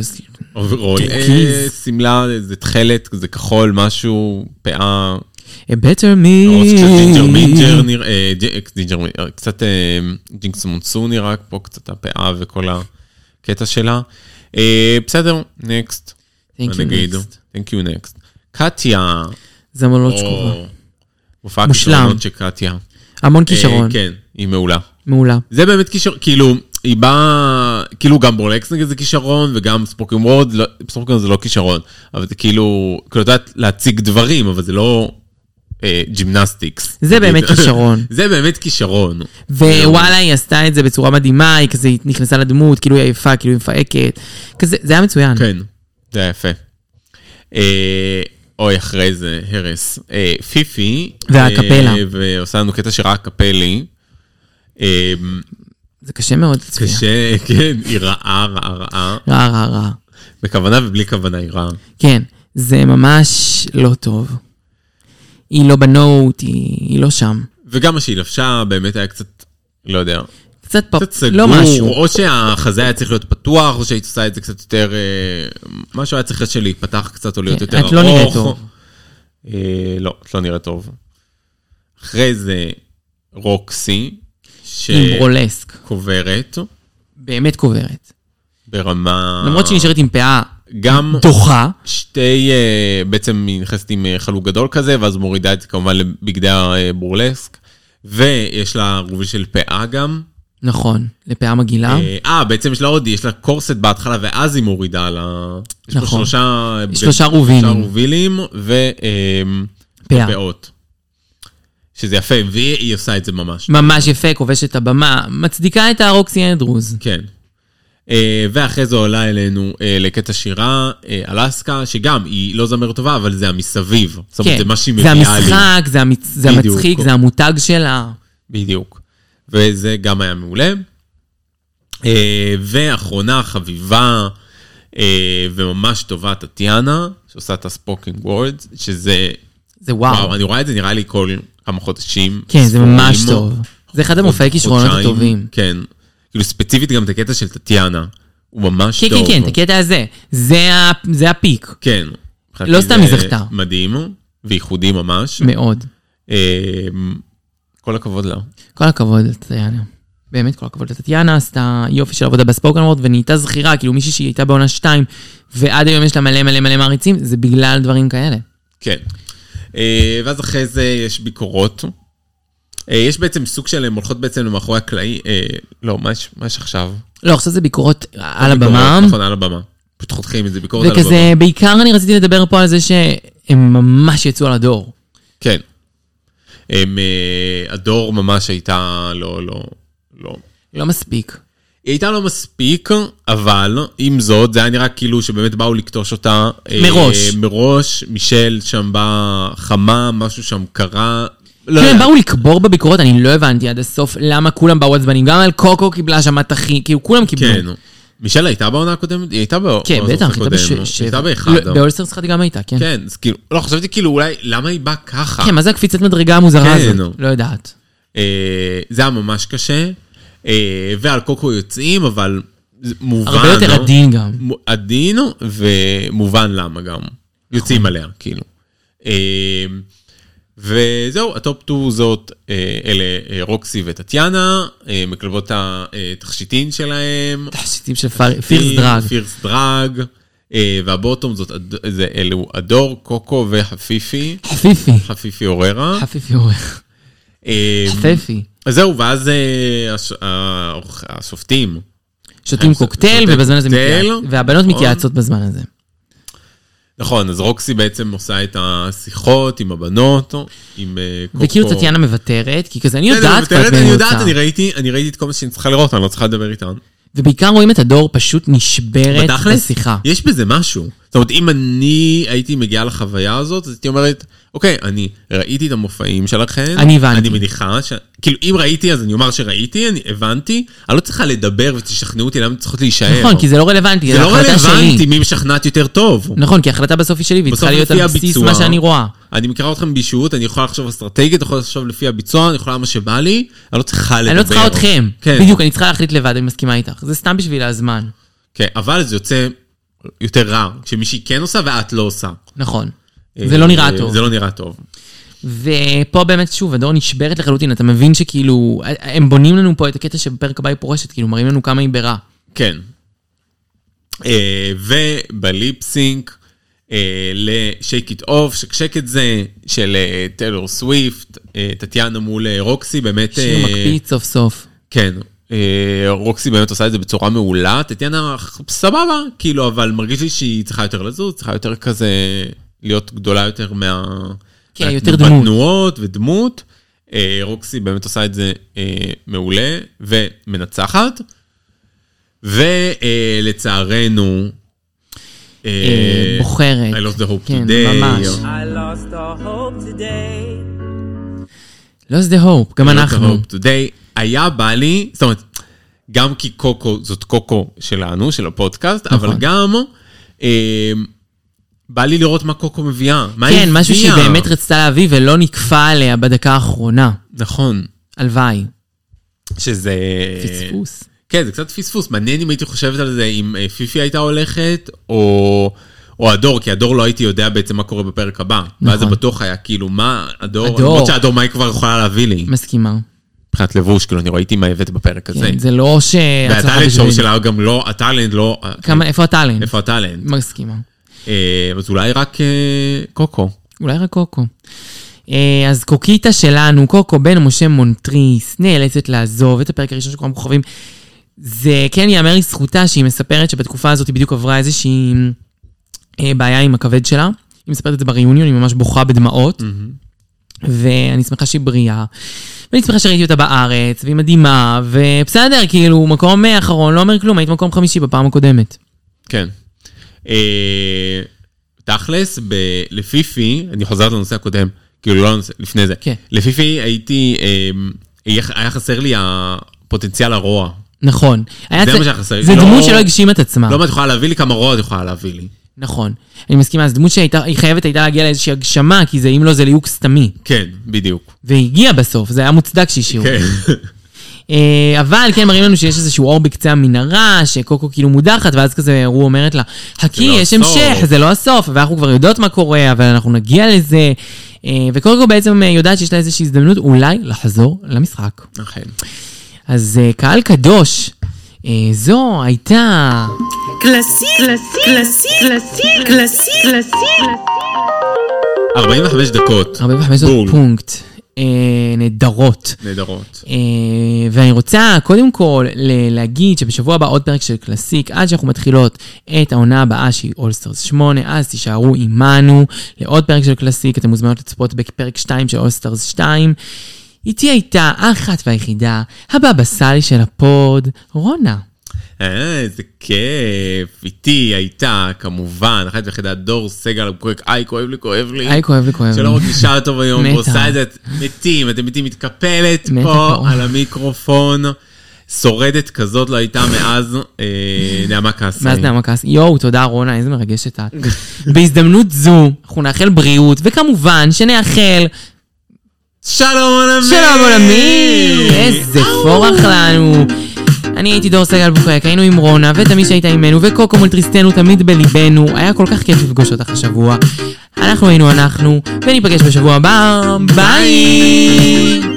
C: אוברול.
B: כן,
C: אה,
B: טורקיז.
C: שמלה, איזה תכלת, זה כחול, משהו,
B: אה,
C: פאה.
B: better
C: הראש קצת
B: אה,
C: ג'ינג'ר מינג'ר
B: me.
C: נראה, אה, ג'- אה, ג'ינג'ר מינג'ר, קצת אה, ג'ינקס מונסו נראה, פה קצת הפאה וכל הקטע שלה. אה, בסדר, נקסט.
B: Thank
C: מה
B: you,
C: נגיד?
B: next.
C: Thank you next. קטיה.
B: זמלות
C: או,
B: שקופה.
C: מופע
B: מושלם.
C: כישרונות של קטיה.
B: המון כישרון,
C: אה, כן, היא מעולה.
B: מעולה.
C: זה באמת כישרון, כאילו, היא באה, כאילו גם ברולקס נגיד זה כישרון, וגם ספוקינג וורד, לא, ספוקינג זה לא כישרון, אבל זה כאילו, כאילו, את יודעת להציג דברים, אבל זה לא אה, ג'ימנסטיקס.
B: זה
C: נגיד.
B: באמת כישרון.
C: *laughs* זה באמת כישרון.
B: ווואלה, היא עשתה את זה בצורה מדהימה, היא כזה נכנסה לדמות, כאילו היא עייפה, כאילו היא מפהקת. כזה, זה היה מצוין.
C: כן, זה היה יפה. אה, אוי, אחרי זה, הרס. אה, פיפי.
B: והקפלה.
C: אה, ועושה לנו קטע שירה הקפלי. אה,
B: זה קשה מאוד לצפייה.
C: קשה, כן, היא רעה, רעה, רעה.
B: רע, רע, רע.
C: בכוונה ובלי כוונה היא רעה.
B: כן, זה ממש לא טוב. היא לא בנוט, היא היא לא שם.
C: וגם מה שהיא לבשה, באמת היה קצת, לא יודע,
B: קצת פופ,
C: קצת סגור. אוקיי.
B: לא משהו.
C: או שהחזה היה צריך להיות פתוח, או שהיית עושה את זה קצת יותר... אה, משהו היה צריך להיות שלהיפתח קצת, או להיות
B: כן,
C: יותר ארוך.
B: את לא נראית טוב.
C: אה, לא, את לא נראית טוב. אחרי זה רוקסי,
B: עם ברולסק.
C: שקוברת
B: באמת קוברת.
C: ברמה... אה.
B: למרות שהיא נשארת עם פאה
C: גם
B: דוחה.
C: שתי, אה, בעצם היא נכנסת עם אה, חלוק גדול כזה, ואז מורידה את זה כמובן לבגדי הבורלסק, ויש לה רובי של פאה גם.
B: נכון, לפאה מגעילה.
C: אה, אה, בעצם יש לה עוד, יש לה קורסט בהתחלה, ואז היא מורידה על ה... יש פה
B: נכון.
C: שלושה...
B: יש שלושה רובילים.
C: שלושה רובילים, ופאה.
B: פאה.
C: פאות. שזה יפה, והיא היא עושה את זה ממש.
B: ממש יפה, כובשת את הבמה, מצדיקה את הרוקסי אנדרוז.
C: כן. אה, ואחרי זה עולה אלינו אה, לקטע שירה, אה, אלסקה, שגם, היא לא זמרת טובה, אבל זה המסביב. זאת אומרת,
B: כן,
C: זה מה שהיא
B: זה
C: מביאה לי.
B: המשחק, זה המצ- זה
C: בדיוק.
B: המצחיק, זה המותג שלה.
C: בדיוק. וזה גם היה מעולה. אה, ואחרונה חביבה אה, וממש טובה, טטיאנה, שעושה את הספוקינג וורדס, שזה,
B: זה
C: וואו,
B: וואו.
C: אני רואה את זה נראה לי כל כמה חודשים.
B: אה. כן, זה
C: ספורים.
B: ממש טוב. זה אחד המופעי
C: חודשיים,
B: כישרונות הטובים.
C: כן. כאילו ספציפית גם את הקטע של טטיאנה, הוא ממש
B: כן,
C: טוב.
B: כן, כן, את הקטע הזה. זה ה- זה הפיק,
C: כן. מבחינתי
B: לא סתם היא
C: זה
B: זכתה.
C: מדהים, וייחודי ממש.
B: מאוד.
C: אה, כל הכבוד לה.
B: כל הכבוד לטטיאנה. באמת כל הכבוד לטטיאנה, עשתה יופי של עבודה בספוקן וורד ונהייתה זכירה, כאילו מישהי שהיא הייתה בעונה 2 ועד היום יש לה מלא מלא מלא מעריצים, זה בגלל דברים כאלה.
C: כן. אה, ואז אחרי זה יש ביקורות. אה, יש בעצם סוג של, הן הולכות בעצם למאחורי הקלעי, אה, לא, מה יש- מה יש עכשיו?
B: לא, עכשיו זה ביקורות על
C: ביקורות,
B: הבמה,
C: נכון, על הבמה. פשוט חותכים את זה, ביקורת על הבמה.
B: וכזה, בעיקר אני רציתי לדבר פה על זה שהם ממש יצאו על הדור.
C: כן. הם, אה, הדור ממש הייתה, לא, לא, לא.
B: לא מספיק.
C: היא הייתה לא מספיק, אבל עם זאת, זה היה נראה כאילו שבאמת באו לקטוש אותה. אה,
B: מראש.
C: מראש, מישל שם בא חמה, משהו שם קרה. לא
B: כאילו הם
C: יודע.
B: באו לקבור בביקורות, אני לא הבנתי עד הסוף למה כולם באו עצבנים, גם על קוקו קיבלה שם מטחי, כאילו כולם קיבלו.
C: כן. מישל הייתה בעונה הקודמת? היא הייתה בעונה
B: כן, בטח, הייתה
C: הקודמת.
B: בשש...
C: הייתה באחד.
B: לא, באולסטרס אחת היא גם הייתה, כן.
C: כן, אז כאילו, לא, חשבתי כאילו אולי, למה היא באה ככה?
B: כן, מה זה הקפיצת מדרגה המוזרה
C: כן,
B: הזאת?
C: נו.
B: לא יודעת.
C: אה, זה היה ממש קשה, אה, ועל קוקו יוצאים, אבל זה מובן.
B: הרבה יותר
C: לא?
B: עדין גם.
C: מ- עדין ומובן למה גם. יוצאים
B: נכון.
C: עליה, כאילו. אה, וזהו, הטופ 2 זאת, אה, אלה אה, רוקסי וטטיאנה, אה, מקלבות התכשיטין שלהם.
B: תכשיטים של פר- פירס דרג.
C: פירס דרג. אה, והבוטום זאת, אד- זה, אלו הדור, קוקו וחפיפי,
B: חפיפי.
C: חפיפי אוררה.
B: חפיפי עורך.
C: אה,
B: חפיפי.
C: אז זהו, ואז אה, הש- ה- השופטים,
B: שותים
C: ש-
B: קוקטייל
C: שותים
B: ובזמן הזה
C: קוקטייל,
B: מתייעצות. והבנות
C: נכון.
B: מתייעצות בזמן הזה.
C: נכון, אז רוקסי בעצם עושה את השיחות עם הבנות, עם אה, קוקו.
B: וכאילו טטיאנה מוותרת, כי כזה אני
C: בסדר,
B: יודעת כבר
C: מוותרת,
B: את מי
C: כן, אני
B: אני
C: יודעת, אני
B: רוצה.
C: ראיתי, אני ראיתי את כל מה שאני צריכה לראות, אני לא צריכה לדבר איתן.
B: ובעיקר רואים את הדור פשוט נשברת
C: בתכלס,
B: בשיחה.
C: יש בזה משהו. זאת אומרת, אם אני הייתי מגיעה לחוויה הזאת, אז הייתי אומרת, אוקיי, אני ראיתי את המופעים שלכן.
B: אני הבנתי.
C: אני מניחה ש... כאילו, אם ראיתי, אז אני אומר שראיתי, אני הבנתי. אני לא צריכה לדבר ותשכנעו אותי למה הן צריכות להישאר.
B: נכון, כי זה לא רלוונטי,
C: אה, זה
B: זו
C: לא
B: החלטה
C: רלוונטי
B: שלי.
C: מי משכנעת יותר טוב.
B: נכון, כי ההחלטה בסוף היא שלי, והיא
C: בסוף
B: צריכה להיות
C: לפי
B: על בסיס
C: הביצוע.
B: מה שאני רואה.
C: אני מכירה אתכם בישות, אני יכולה לחשוב אסטרטגית, יכולה לחשוב לפי הביצוע, אני יכולה מה שבא לי, אני לא צריכה לדבר.
B: אני לא צריכה אתכם.
C: כן,
B: בדיוק, אני צריכה להחליט לבד, אני מסכימה איתך. זה סתם בשביל הזמן.
C: כן, אבל זה יוצא יותר רע, כשמישהי כן עושה ואת לא עושה.
B: נכון. זה לא נראה
C: אה,
B: טוב.
C: זה לא נראה טוב.
B: ופה באמת, שוב, הדור נשברת לחלוטין, אתה מבין שכאילו, הם בונים לנו פה את הקטע שבפרק הבא היא פורשת, כאילו, מראים לנו כמה היא ברע.
C: כן. אה, ובליפסינק אה, ל-Shake It Off, שקשק את זה, של אה, טיילור סוויפט, אה, טטיאנה מול אה, רוקסי, באמת...
B: שיר
C: אה,
B: מקפיץ סוף סוף.
C: כן, אה, רוקסי באמת עושה את זה בצורה מעולה, טטיאנה סבבה, כאילו, אבל מרגיש לי שהיא צריכה יותר לזוז, צריכה יותר כזה להיות גדולה יותר מה...
B: כן,
C: מה-
B: יותר דמות.
C: בתנועות ודמות. אה, רוקסי באמת עושה את זה אה, מעולה ומנצחת. אה, ולצערנו,
B: אה, בוחרת.
C: I lost the hope
B: כן,
C: today.
B: ממש.
E: I lost all hope today.
B: לא זה הופ, גם אנחנו.
C: Hope Today, היה בא לי, זאת אומרת, גם כי קוקו זאת קוקו שלנו, של הפודקאסט,
B: נכון.
C: אבל גם אה, בא לי לראות מה קוקו מביאה. מה היא
B: כן, משהו שהיא
C: הביאה.
B: באמת רצתה להביא ולא נכפה עליה בדקה האחרונה.
C: נכון,
B: הלוואי.
C: שזה...
B: פספוס.
C: כן, זה קצת פספוס. מעניין אם הייתי חושבת על זה, אם אה, פיפי הייתה הולכת, או... או הדור, כי הדור לא הייתי יודע בעצם מה קורה בפרק הבא. ואז זה
B: נכון.
C: בטוח היה כאילו, מה הדור,
B: הדור.
C: למרות שהדור מה היא כבר יכולה להביא לי.
B: מסכימה.
C: מבחינת לבוש, כאילו, אני ראיתי מה הבאת בפרק הזה.
B: כן, זה לא שהצלחה
C: והטאלנט שואו
B: בשבילי.
C: שלה גם לא, הטאלנט לא...
B: כמה, איפה הטאלנט?
C: איפה הטאלנט?
B: מסכימה.
C: אה, אז אולי רק אה, קוקו.
B: אולי רק קוקו. אה, אז קוקיטה שלנו, קוקו בן משה מונטריס, נאלצת לעזוב את הפרק הראשון של כולם כוכבים. זה כן ייאמר לזכותה שהיא מספרת שבתקופה הזאת היא בדיוק עברה איזושהי אה, בעיה עם הכבד שלה. היא מספרת את זה בריאיוניון, היא ממש בוכה בדמעות. ואני שמחה שהיא בריאה. ואני שמחה שראיתי אותה בארץ, והיא מדהימה, ובסדר, כאילו, מקום אחרון, לא אומר כלום, היית מקום חמישי בפעם הקודמת.
C: כן. אה, תכלס, ב- לפיפי, אני חוזר לנושא הקודם, כאילו לא לנושא, לפני זה.
B: כן.
C: לפיפי הייתי, אה, היה חסר לי הפוטנציאל הרוע.
B: נכון. היה
C: זה
B: צ-
C: מה שהיה חסר לי.
B: זה
C: לא-
B: דמות שלא הגשימה את עצמה.
C: לא מה את יכולה להביא לי, כמה רוע את יכולה להביא לי.
B: נכון. אני מסכימה, זו דמות שהייתה, היא חייבת הייתה להגיע לאיזושהי הגשמה, כי זה אם לא זה ליהוק סתמי.
C: כן, בדיוק.
B: והיא הגיעה בסוף, זה היה מוצדק שהשאירו.
C: כן.
B: אה, אבל כן מראים לנו שיש איזשהו אור בקצה המנהרה, שקוקו כאילו מודחת, ואז כזה רו אומרת לה, חכי,
C: לא
B: יש
C: הסוף."
B: המשך, זה לא הסוף, ואנחנו כבר יודעות מה קורה, אבל אנחנו נגיע לזה. אה, וקוקו בעצם אה, יודעת שיש לה איזושהי הזדמנות אולי לחזור למשחק.
C: אכן.
B: אז אה, קהל קדוש, אה, זו הייתה...
A: classique, classique, classique, classique, classique, classique.
C: 45 דקות.
B: 45
C: בול.
B: דקות פונקט. אה, נהדרות.
C: נהדרות.
B: אה, ואני רוצה קודם כל ל- להגיד שבשבוע הבא עוד פרק של קלאסיק, עד שאנחנו מתחילות את העונה הבאה שהיא אולסטרס 8, אז תישארו עימנו לעוד פרק של קלאסיק, אתם מוזמנות לצפות בפרק 2 של אולסטרס 2. איתי הייתה האחת והיחידה, הבבא סאלי של הפוד, רונה.
C: אה, איזה כיף. איתי הייתה, כמובן, אחת ויחידה, דור סגל, הוא קורק, איי, כואב לי, כואב לי.
B: היי, כואב לי, כואב
C: שלא
B: לי.
C: מרגישה טוב היום,
B: מתה.
C: ועושה את זה, את מתים, אתם מתים, מתקפלת
B: מתה
C: פה
B: כבר.
C: על המיקרופון. שורדת כזאת לא הייתה מאז אה, נעמה קאסי.
B: מאז נעמה כעס, יואו, תודה רונה, איזה מרגשת את. בהזדמנות זו, אנחנו נאחל בריאות, וכמובן שנאחל
C: שלום עולמי!
B: שלום עולמי! איזה פורח לנו. אני הייתי דור סגל בוחק, היינו עם רונה, ותמיד שהייתה עימנו, וקוקו מול טריסטנו תמיד בליבנו. היה כל כך כיף לפגוש אותך השבוע. אנחנו היינו אנחנו, וניפגש בשבוע הבא. ביי!